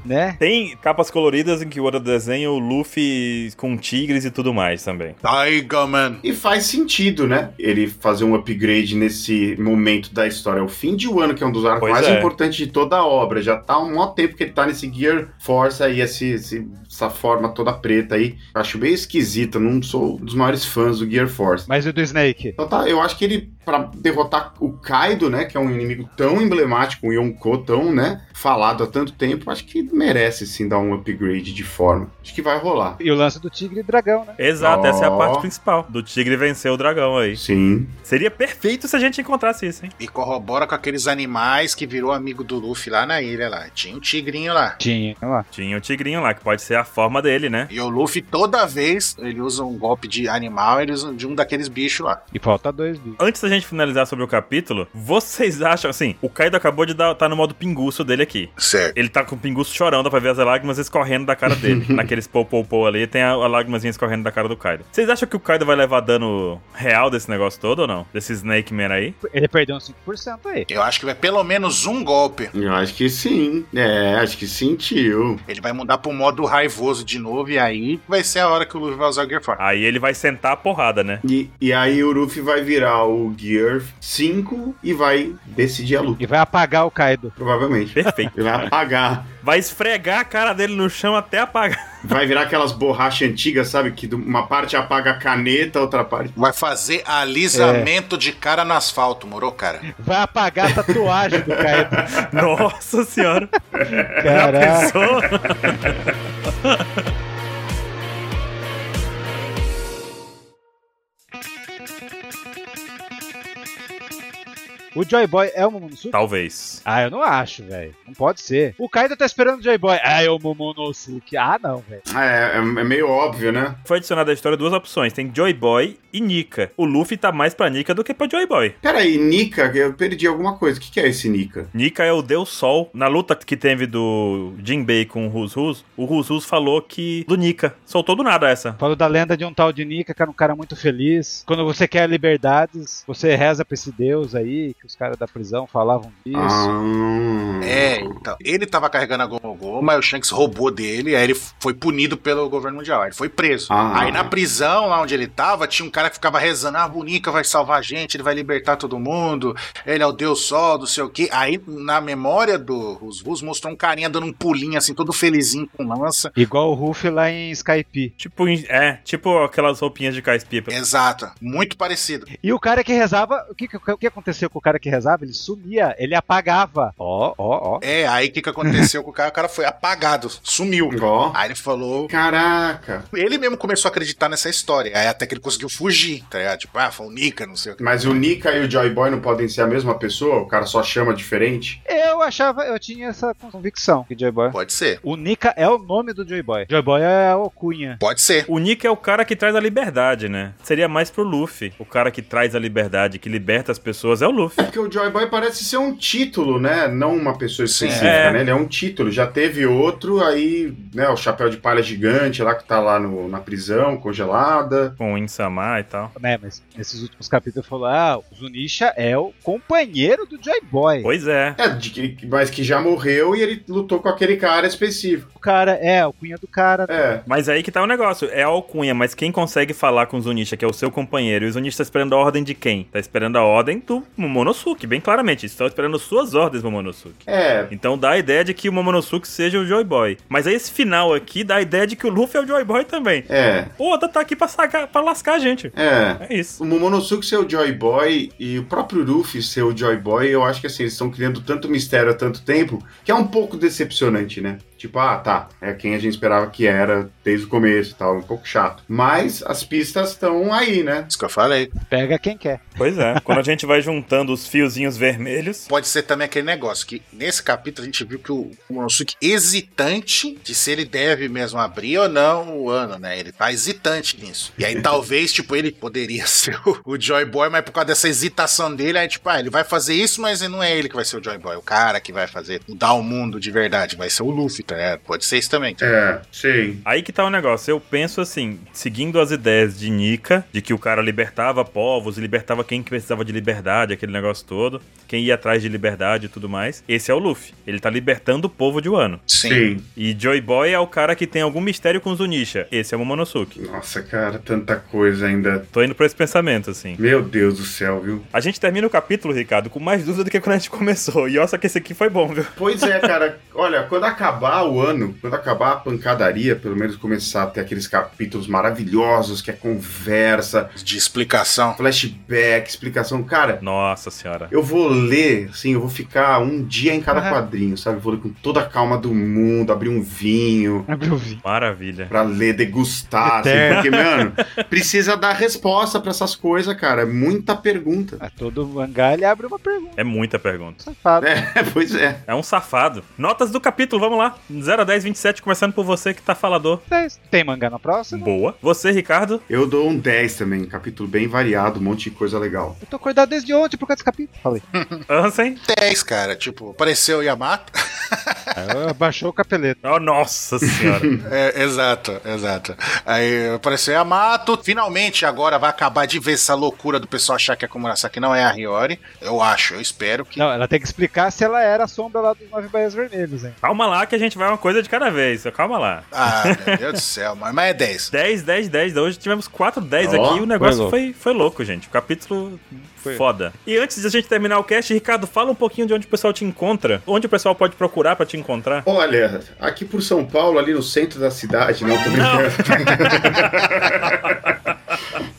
Speaker 3: né?
Speaker 1: Tem capas coloridas em que o Oda desenha o Luffy com tigres e tudo mais também.
Speaker 2: Taiga Man.
Speaker 4: E faz sentido, né? Ele fazer um upgrade nesse momento da história. É o fim de um ano, que é um dos arcos
Speaker 1: Pois
Speaker 4: mais
Speaker 1: é.
Speaker 4: importantes de toda a obra. Já tá há um maior tempo que ele tá nesse Gear Force aí, esse- esse- essa forma toda preta aí. Acho bem esquisita, não sou um dos maiores fãs do Gear Force.
Speaker 3: Mas e o do Snake?
Speaker 4: Então tá, eu acho que ele, pra derrotar o Kaido, né, que é um inimigo tão emblemático, um Yonko tão, né, falado há tanto tempo, acho que merece sim dar um upgrade de forma. Acho que vai rolar.
Speaker 3: E o lance do tigre e dragão, né?
Speaker 1: Exato, essa é a
Speaker 4: Ó.
Speaker 1: parte principal. Do tigre vencer o dragão aí.
Speaker 4: Sim.
Speaker 1: Seria perfeito se a gente encontrasse isso, hein?
Speaker 2: E corrobora com aqueles animais que virou amigo do Luffy lá na ilha lá. Tinha um tigrinho lá.
Speaker 3: Tinha, olha lá.
Speaker 1: Tinha o tigrinho lá, que pode ser a forma dele, né?
Speaker 2: E o Luffy, toda vez, ele usa um golpe de animal, ele usa de um daqueles bichos lá.
Speaker 3: E falta dois bichos.
Speaker 1: Antes da gente finalizar sobre o capítulo, vocês acham assim? O Kaido acabou de dar, tá no modo pinguço dele aqui.
Speaker 2: Certo.
Speaker 1: Ele tá com o pinguço chorando, dá pra ver as lágrimas escorrendo da cara dele. Naqueles pou pou pou ali, tem a, a lágrimazinha escorrendo da cara do Kaido. Vocês acham que o Kaido vai levar dano real desse negócio todo ou não? Desse Snake Man aí?
Speaker 3: Ele perdeu uns 5% aí.
Speaker 2: Eu acho que vai pelo menos um golpe.
Speaker 4: Eu acho que sim. É, acho que sentiu.
Speaker 2: Ele vai mudar pro modo raivoso de novo, e aí vai ser a hora que o Luffy vai usar o Gear 4.
Speaker 1: Aí ele vai sentar a porrada, né?
Speaker 4: E, e aí o Luffy vai virar o Gear 5 e vai decidir a luta,
Speaker 3: E vai apagar o Kaido.
Speaker 4: provavelmente.
Speaker 1: Perfeito.
Speaker 4: Ele vai apagar.
Speaker 1: Vai esfregar a cara dele no chão até apagar.
Speaker 4: Vai virar aquelas borrachas antigas, sabe? Que de uma parte apaga a caneta, outra parte.
Speaker 2: Vai fazer alisamento de cara no asfalto, moro, cara?
Speaker 3: Vai apagar a tatuagem do Kaido.
Speaker 1: Nossa senhora. Já
Speaker 3: Caraca.
Speaker 1: pensou?
Speaker 3: O Joy Boy é o Momonosuke?
Speaker 1: Talvez.
Speaker 3: Ah, eu não acho, velho. Não pode ser. O Kaido tá esperando o Joy Boy. Ah, é o Momonosuke. Ah, não, velho.
Speaker 4: Ah, É, é, é meio óbvio, né?
Speaker 1: Foi adicionada à história duas opções. Tem Joy Boy e Nika. O Luffy tá mais pra Nika do que pra Joy Boy.
Speaker 4: Peraí, Nika, eu perdi alguma coisa. O que, que é esse Nika?
Speaker 1: Nika é o Deus Sol. Na luta que teve do Jinbei com o Rus Rus, o Rus Rus falou que do Nika. Soltou do nada essa.
Speaker 3: Falou da lenda de um tal de Nika, que era um cara muito feliz. Quando você quer liberdades, você reza pra esse deus aí, que os caras da prisão falavam disso.
Speaker 4: Ah,
Speaker 2: É, então. Ele tava carregando a Gomu Gomu, mas o Shanks roubou dele, aí ele foi punido pelo governo mundial. Aí ele foi preso.
Speaker 4: Ah.
Speaker 2: Aí na prisão, lá onde ele tava, tinha um cara que ficava rezando: Ah, Bonica vai salvar a gente, ele vai libertar todo mundo, ele é o Deus Sol, não sei o quê. Aí na memória do Rusvus mostrou um carinha dando um pulinho assim, todo felizinho com lança.
Speaker 3: Igual o Ruffy lá em Skype.
Speaker 1: Tipo, é, tipo aquelas roupinhas de Caispipa.
Speaker 2: Exato, muito parecido.
Speaker 3: E o cara que rezava, o que, que- o que aconteceu com o cara que rezava? Ele sumia, ele apagava. Ó, ó, ó.
Speaker 2: É, aí o que, que aconteceu com o cara? O cara foi apagado, sumiu.
Speaker 4: ó.
Speaker 2: Aí ele falou
Speaker 4: Caraca.
Speaker 2: Ele mesmo começou a acreditar nessa história. Aí até que ele conseguiu fugir, tá ligado? Tipo, ah, foi o Nika, não sei o que.
Speaker 4: Mas o Nika e o Joy Boy não podem ser a mesma pessoa? O cara só chama diferente?
Speaker 3: Eu achava, eu tinha essa convicção que Joy Boy.
Speaker 2: Pode ser.
Speaker 3: O Nika é o nome do Joy Boy. Joy Boy é o Cunha.
Speaker 2: Pode ser.
Speaker 1: O Nika é o cara que traz a liberdade, né? Seria mais pro Luffy. O cara que traz a liberdade, que liberta as pessoas, é o Luffy.
Speaker 4: É porque o Joy Boy parece ser um título, né? Não uma pessoa específica,
Speaker 1: É.
Speaker 4: né? Ele é um título. Já teve outro, aí, né? O chapéu de palha gigante lá que tá lá no- na prisão, congelada.
Speaker 1: Com o Insama e tal.
Speaker 3: né? Mas nesses últimos capítulos falou: ah, o Zunisha é o companheiro do Joy Boy.
Speaker 1: Pois é.
Speaker 4: É, de que- mas que já morreu e ele lutou com aquele cara específico.
Speaker 3: O cara é o cunha do cara.
Speaker 4: É.
Speaker 1: Mas aí que tá o negócio, é a alcunha, mas quem consegue falar com o Zunisha, que é o seu companheiro, e o Zunisha tá esperando a ordem de quem? Tá esperando a ordem do Momonosuke, bem claramente. Estão esperando suas ordens, Momonosuke.
Speaker 4: É,
Speaker 1: Então dá a ideia de que o Momonosuke seja o Joy Boy. Mas aí esse final aqui dá a ideia de que o Luffy é o Joy Boy também.
Speaker 4: é,
Speaker 1: O Oda tá aqui pra, sacar, pra lascar a gente.
Speaker 4: é.
Speaker 1: É isso.
Speaker 4: O Momonosuke ser o Joy Boy e o próprio Luffy ser o Joy Boy, eu acho que assim, eles estão criando tanto mistério há tanto tempo que é um pouco decepcionante, né? Tipo, ah, tá, é quem a gente esperava que era desde o começo e tal, um pouco chato. Mas as pistas estão aí, né?
Speaker 2: É Isso que eu falei.
Speaker 3: Pega quem quer.
Speaker 1: Pois é, quando a gente vai juntando os fiozinhos vermelhos,
Speaker 2: Pode ser também aquele negócio que nesse capítulo a gente viu que o Momonosuke hesitante de se ele deve mesmo abrir ou não o ano, né? Ele tá hesitante nisso. E aí talvez, tipo, ele poderia [laughs] ser o, o Joy Boy, mas por causa dessa hesitação dele, aí tipo, ah, ele vai fazer isso, mas não é ele que vai ser o Joy Boy, é o cara que vai fazer mudar o mundo de verdade, vai ser o Luffy, tá? ligado? Pode ser isso também.
Speaker 4: É, sim.
Speaker 1: Aí que tá o negócio. Eu penso assim, seguindo as ideias de Nika, de que o cara libertava povos, libertava quem que precisava de liberdade, aquele negócio todo, quem ia atrás de liberdade e tudo mais. Esse é o Luffy. Ele tá libertando o povo de Wano.
Speaker 2: Sim.
Speaker 4: Sim.
Speaker 1: E Joy Boy é o cara que tem algum mistério com Zunisha. Esse é o Momonosuke.
Speaker 4: Nossa, cara, tanta coisa ainda.
Speaker 1: Tô indo pra esse pensamento, assim.
Speaker 4: Meu Deus do céu, viu?
Speaker 1: A gente termina o capítulo, Ricardo, com mais dúvida do que quando a gente [laughs] começou. E olha só que esse aqui foi bom, viu?
Speaker 4: Pois é, cara. [laughs] Olha, quando acabar o ano, quando acabar a pancadaria, pelo menos começar a ter aqueles capítulos maravilhosos, que é conversa,
Speaker 2: De explicação.
Speaker 4: flashback, explicação. Cara,
Speaker 1: Nossa senhora.
Speaker 4: eu vou ler, assim, eu vou ficar um dia em cada
Speaker 3: Ah.
Speaker 4: quadrinho, sabe? Vou ler com toda a calma do mundo, abrir um vinho.
Speaker 3: Abriu o vinho.
Speaker 1: Maravilha.
Speaker 4: Pra ler, degustar, assim,
Speaker 3: Eterno.
Speaker 4: porque, mano, precisa dar resposta pra essas coisas, cara. É Muita pergunta.
Speaker 3: A todo mangá ele abre uma pergunta.
Speaker 1: É muita pergunta.
Speaker 3: Safado.
Speaker 4: [laughs] É, pois é.
Speaker 1: É um safado. Notas do capítulo, vamos lá. 0 a 10, 27, começando por você que tá falador.
Speaker 3: Dez. "É Tem mangá na próxima?
Speaker 1: Boa. Você, Ricardo?
Speaker 4: Eu dou um 10 também, capítulo bem variado, um monte de coisa legal.
Speaker 3: Eu tô acordado desde ontem por causa desse capítulo. [laughs] Falei.
Speaker 1: Ansem?
Speaker 2: 10, cara. Tipo, apareceu o Yamato.
Speaker 3: Aí Abaixou o capeleto.
Speaker 1: Oh, nossa senhora.
Speaker 2: [laughs] É, exato, exato. Aí apareceu Yamato. Finalmente agora vai acabar de ver essa loucura do pessoal achar que a Kumurasaki não é a Hiyori. Eu acho, eu espero
Speaker 3: [laughs]
Speaker 2: que.
Speaker 3: Não, ela tem que explicar se ela era a sombra lá dos nove baías vermelhos, hein?
Speaker 1: Calma lá que a gente vai uma coisa de cada vez. Calma lá.
Speaker 2: Ah, meu Deus do céu, mas, mas é 10.
Speaker 1: 10, 10, 10. Hoje tivemos 4, 10
Speaker 4: Ó,
Speaker 1: aqui e o negócio
Speaker 3: louco.
Speaker 1: foi louco. Foi, louco, gente. O capítulo foda. E antes de a gente terminar o cast, Ricardo, fala um pouquinho de onde o pessoal te encontra. Onde o pessoal pode procurar pra te
Speaker 4: [laughs]
Speaker 1: encontrar.
Speaker 4: Olha, aqui por São Paulo, ali no centro da cidade, não, tô brincando.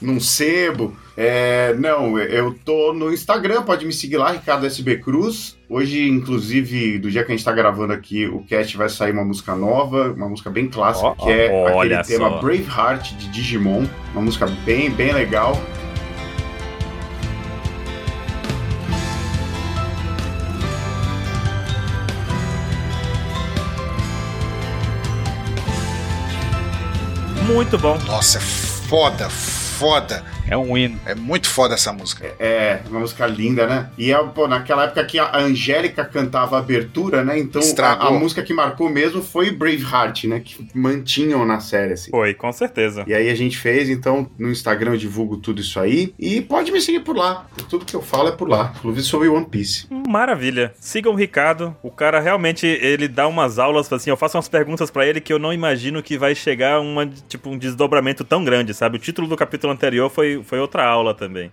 Speaker 4: Num sebo. É, não, eu tô no Instagram, pode me seguir lá, Ricardo SB Cruz. Hoje, inclusive, do dia que a gente tá gravando aqui, o cast vai sair uma música nova, uma música bem clássica,
Speaker 3: Ó, ó,
Speaker 4: que é
Speaker 1: olha
Speaker 4: aquele tema
Speaker 1: só.
Speaker 4: Braveheart de Digimon. Uma música bem, bem legal.
Speaker 1: Muito bom.
Speaker 2: Nossa, é foda, foda.
Speaker 3: É um hino.
Speaker 2: É muito foda essa música.
Speaker 4: É, uma música linda, né? E é, pô, naquela época que a Angélica cantava a abertura, né? Então a,
Speaker 2: Estragou.
Speaker 4: a música que marcou mesmo foi Braveheart, né? Que mantinham na série, assim.
Speaker 1: Foi, com certeza.
Speaker 4: E aí a gente fez, então no Instagram eu divulgo tudo isso aí. E pode me seguir por lá. Tudo que eu falo é por lá. Inclusive sobre One Piece.
Speaker 1: Maravilha. Sigam o Ricardo. O cara realmente, ele dá umas aulas, assim, eu faço umas perguntas pra ele que eu não imagino que vai chegar uma, tipo, um desdobramento tão grande, sabe? O título do capítulo anterior foi, foi outra aula também.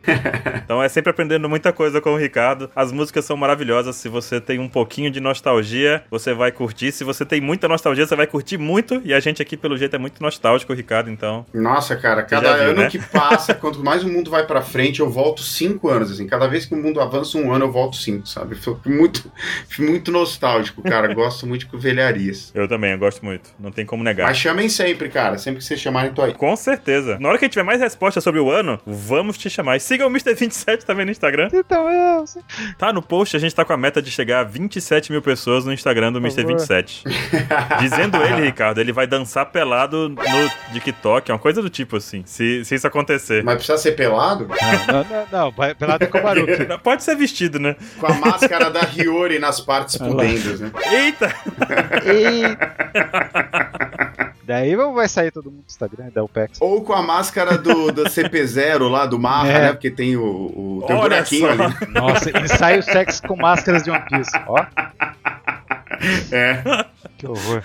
Speaker 1: então é sempre aprendendo muita coisa com o Ricardo. As músicas são maravilhosas. Se você tem um pouquinho de nostalgia, você vai curtir. Se você tem muita nostalgia, você vai curtir muito. E a gente aqui, pelo jeito, é muito nostálgico, Ricardo, então...
Speaker 4: Nossa, cara, cada
Speaker 1: já viu,
Speaker 4: ano
Speaker 1: né?
Speaker 4: que passa, [laughs] quanto mais o mundo vai pra frente, eu volto cinco anos, assim. Cada vez que o mundo avança um ano, eu volto cinco, sabe? Eu Fico muito, muito
Speaker 1: [laughs]
Speaker 4: nostálgico, cara. Gosto muito de velharias.
Speaker 1: Eu também, eu gosto muito. Não tem como negar.
Speaker 4: Mas chamem sempre, cara. Sempre que vocês chamarem, tô aí.
Speaker 1: Com certeza. Na hora que a gente tiver mais respostas sobre o ano, vamos te chamar. E siga o Mr. 27 também no Instagram.
Speaker 3: Então eu. Por
Speaker 1: Tá no post, a gente tá com a meta de chegar a 27 mil pessoas no Instagram do
Speaker 3: Por
Speaker 1: Mr.
Speaker 3: favor.
Speaker 1: 27. Dizendo ele, Ricardo, ele vai dançar pelado no TikTok, é uma coisa do tipo assim, se, se isso acontecer.
Speaker 4: [laughs] Mas precisa ser pelado?
Speaker 3: Ah, Não, não, não, não. vai- Pelado é com [laughs] Baruque.
Speaker 1: Pode ser vestido, né?
Speaker 4: Com a máscara da Hiyori nas partes
Speaker 3: Ah lá.
Speaker 4: pudendas, né?
Speaker 1: Eita!
Speaker 3: Daí vamos- vai sair todo mundo do Instagram né, da UPEX.
Speaker 4: Ou com a máscara do, do CP0 lá, do Marra,
Speaker 3: É.
Speaker 4: né? Porque tem o, o, tem um
Speaker 1: Olha
Speaker 4: buraquinho
Speaker 1: só.
Speaker 4: ali.
Speaker 3: Nossa, ensaio sexo com máscaras de One Piece. Ó,
Speaker 4: É.
Speaker 3: que horror.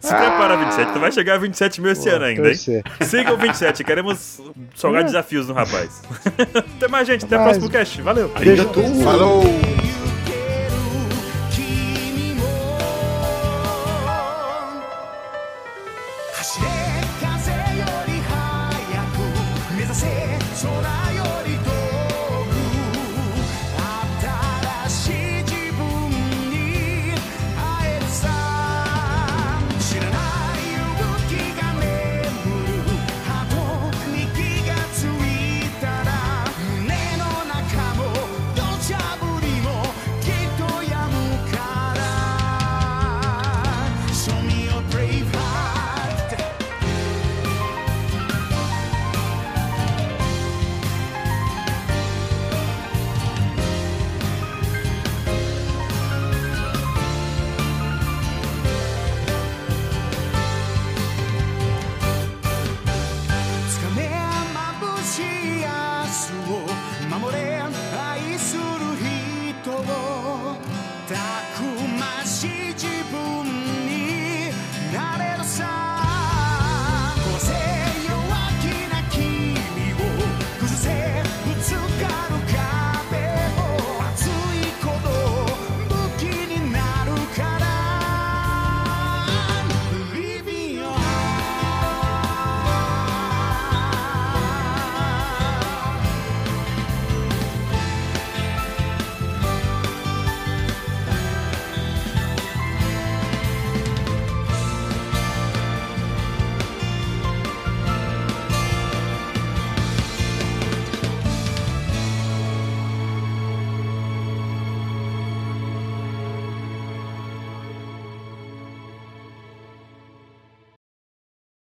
Speaker 1: Se prepara, 27. Tu vai chegar a 27 mil esse ano ainda, hein?
Speaker 3: Torcer.
Speaker 1: Siga o 27, queremos jogar desafios no rapaz. [laughs] Até mais, gente. Até o
Speaker 3: Rapaz.
Speaker 1: próximo cast. Valeu.
Speaker 3: Beijo.
Speaker 2: Falou!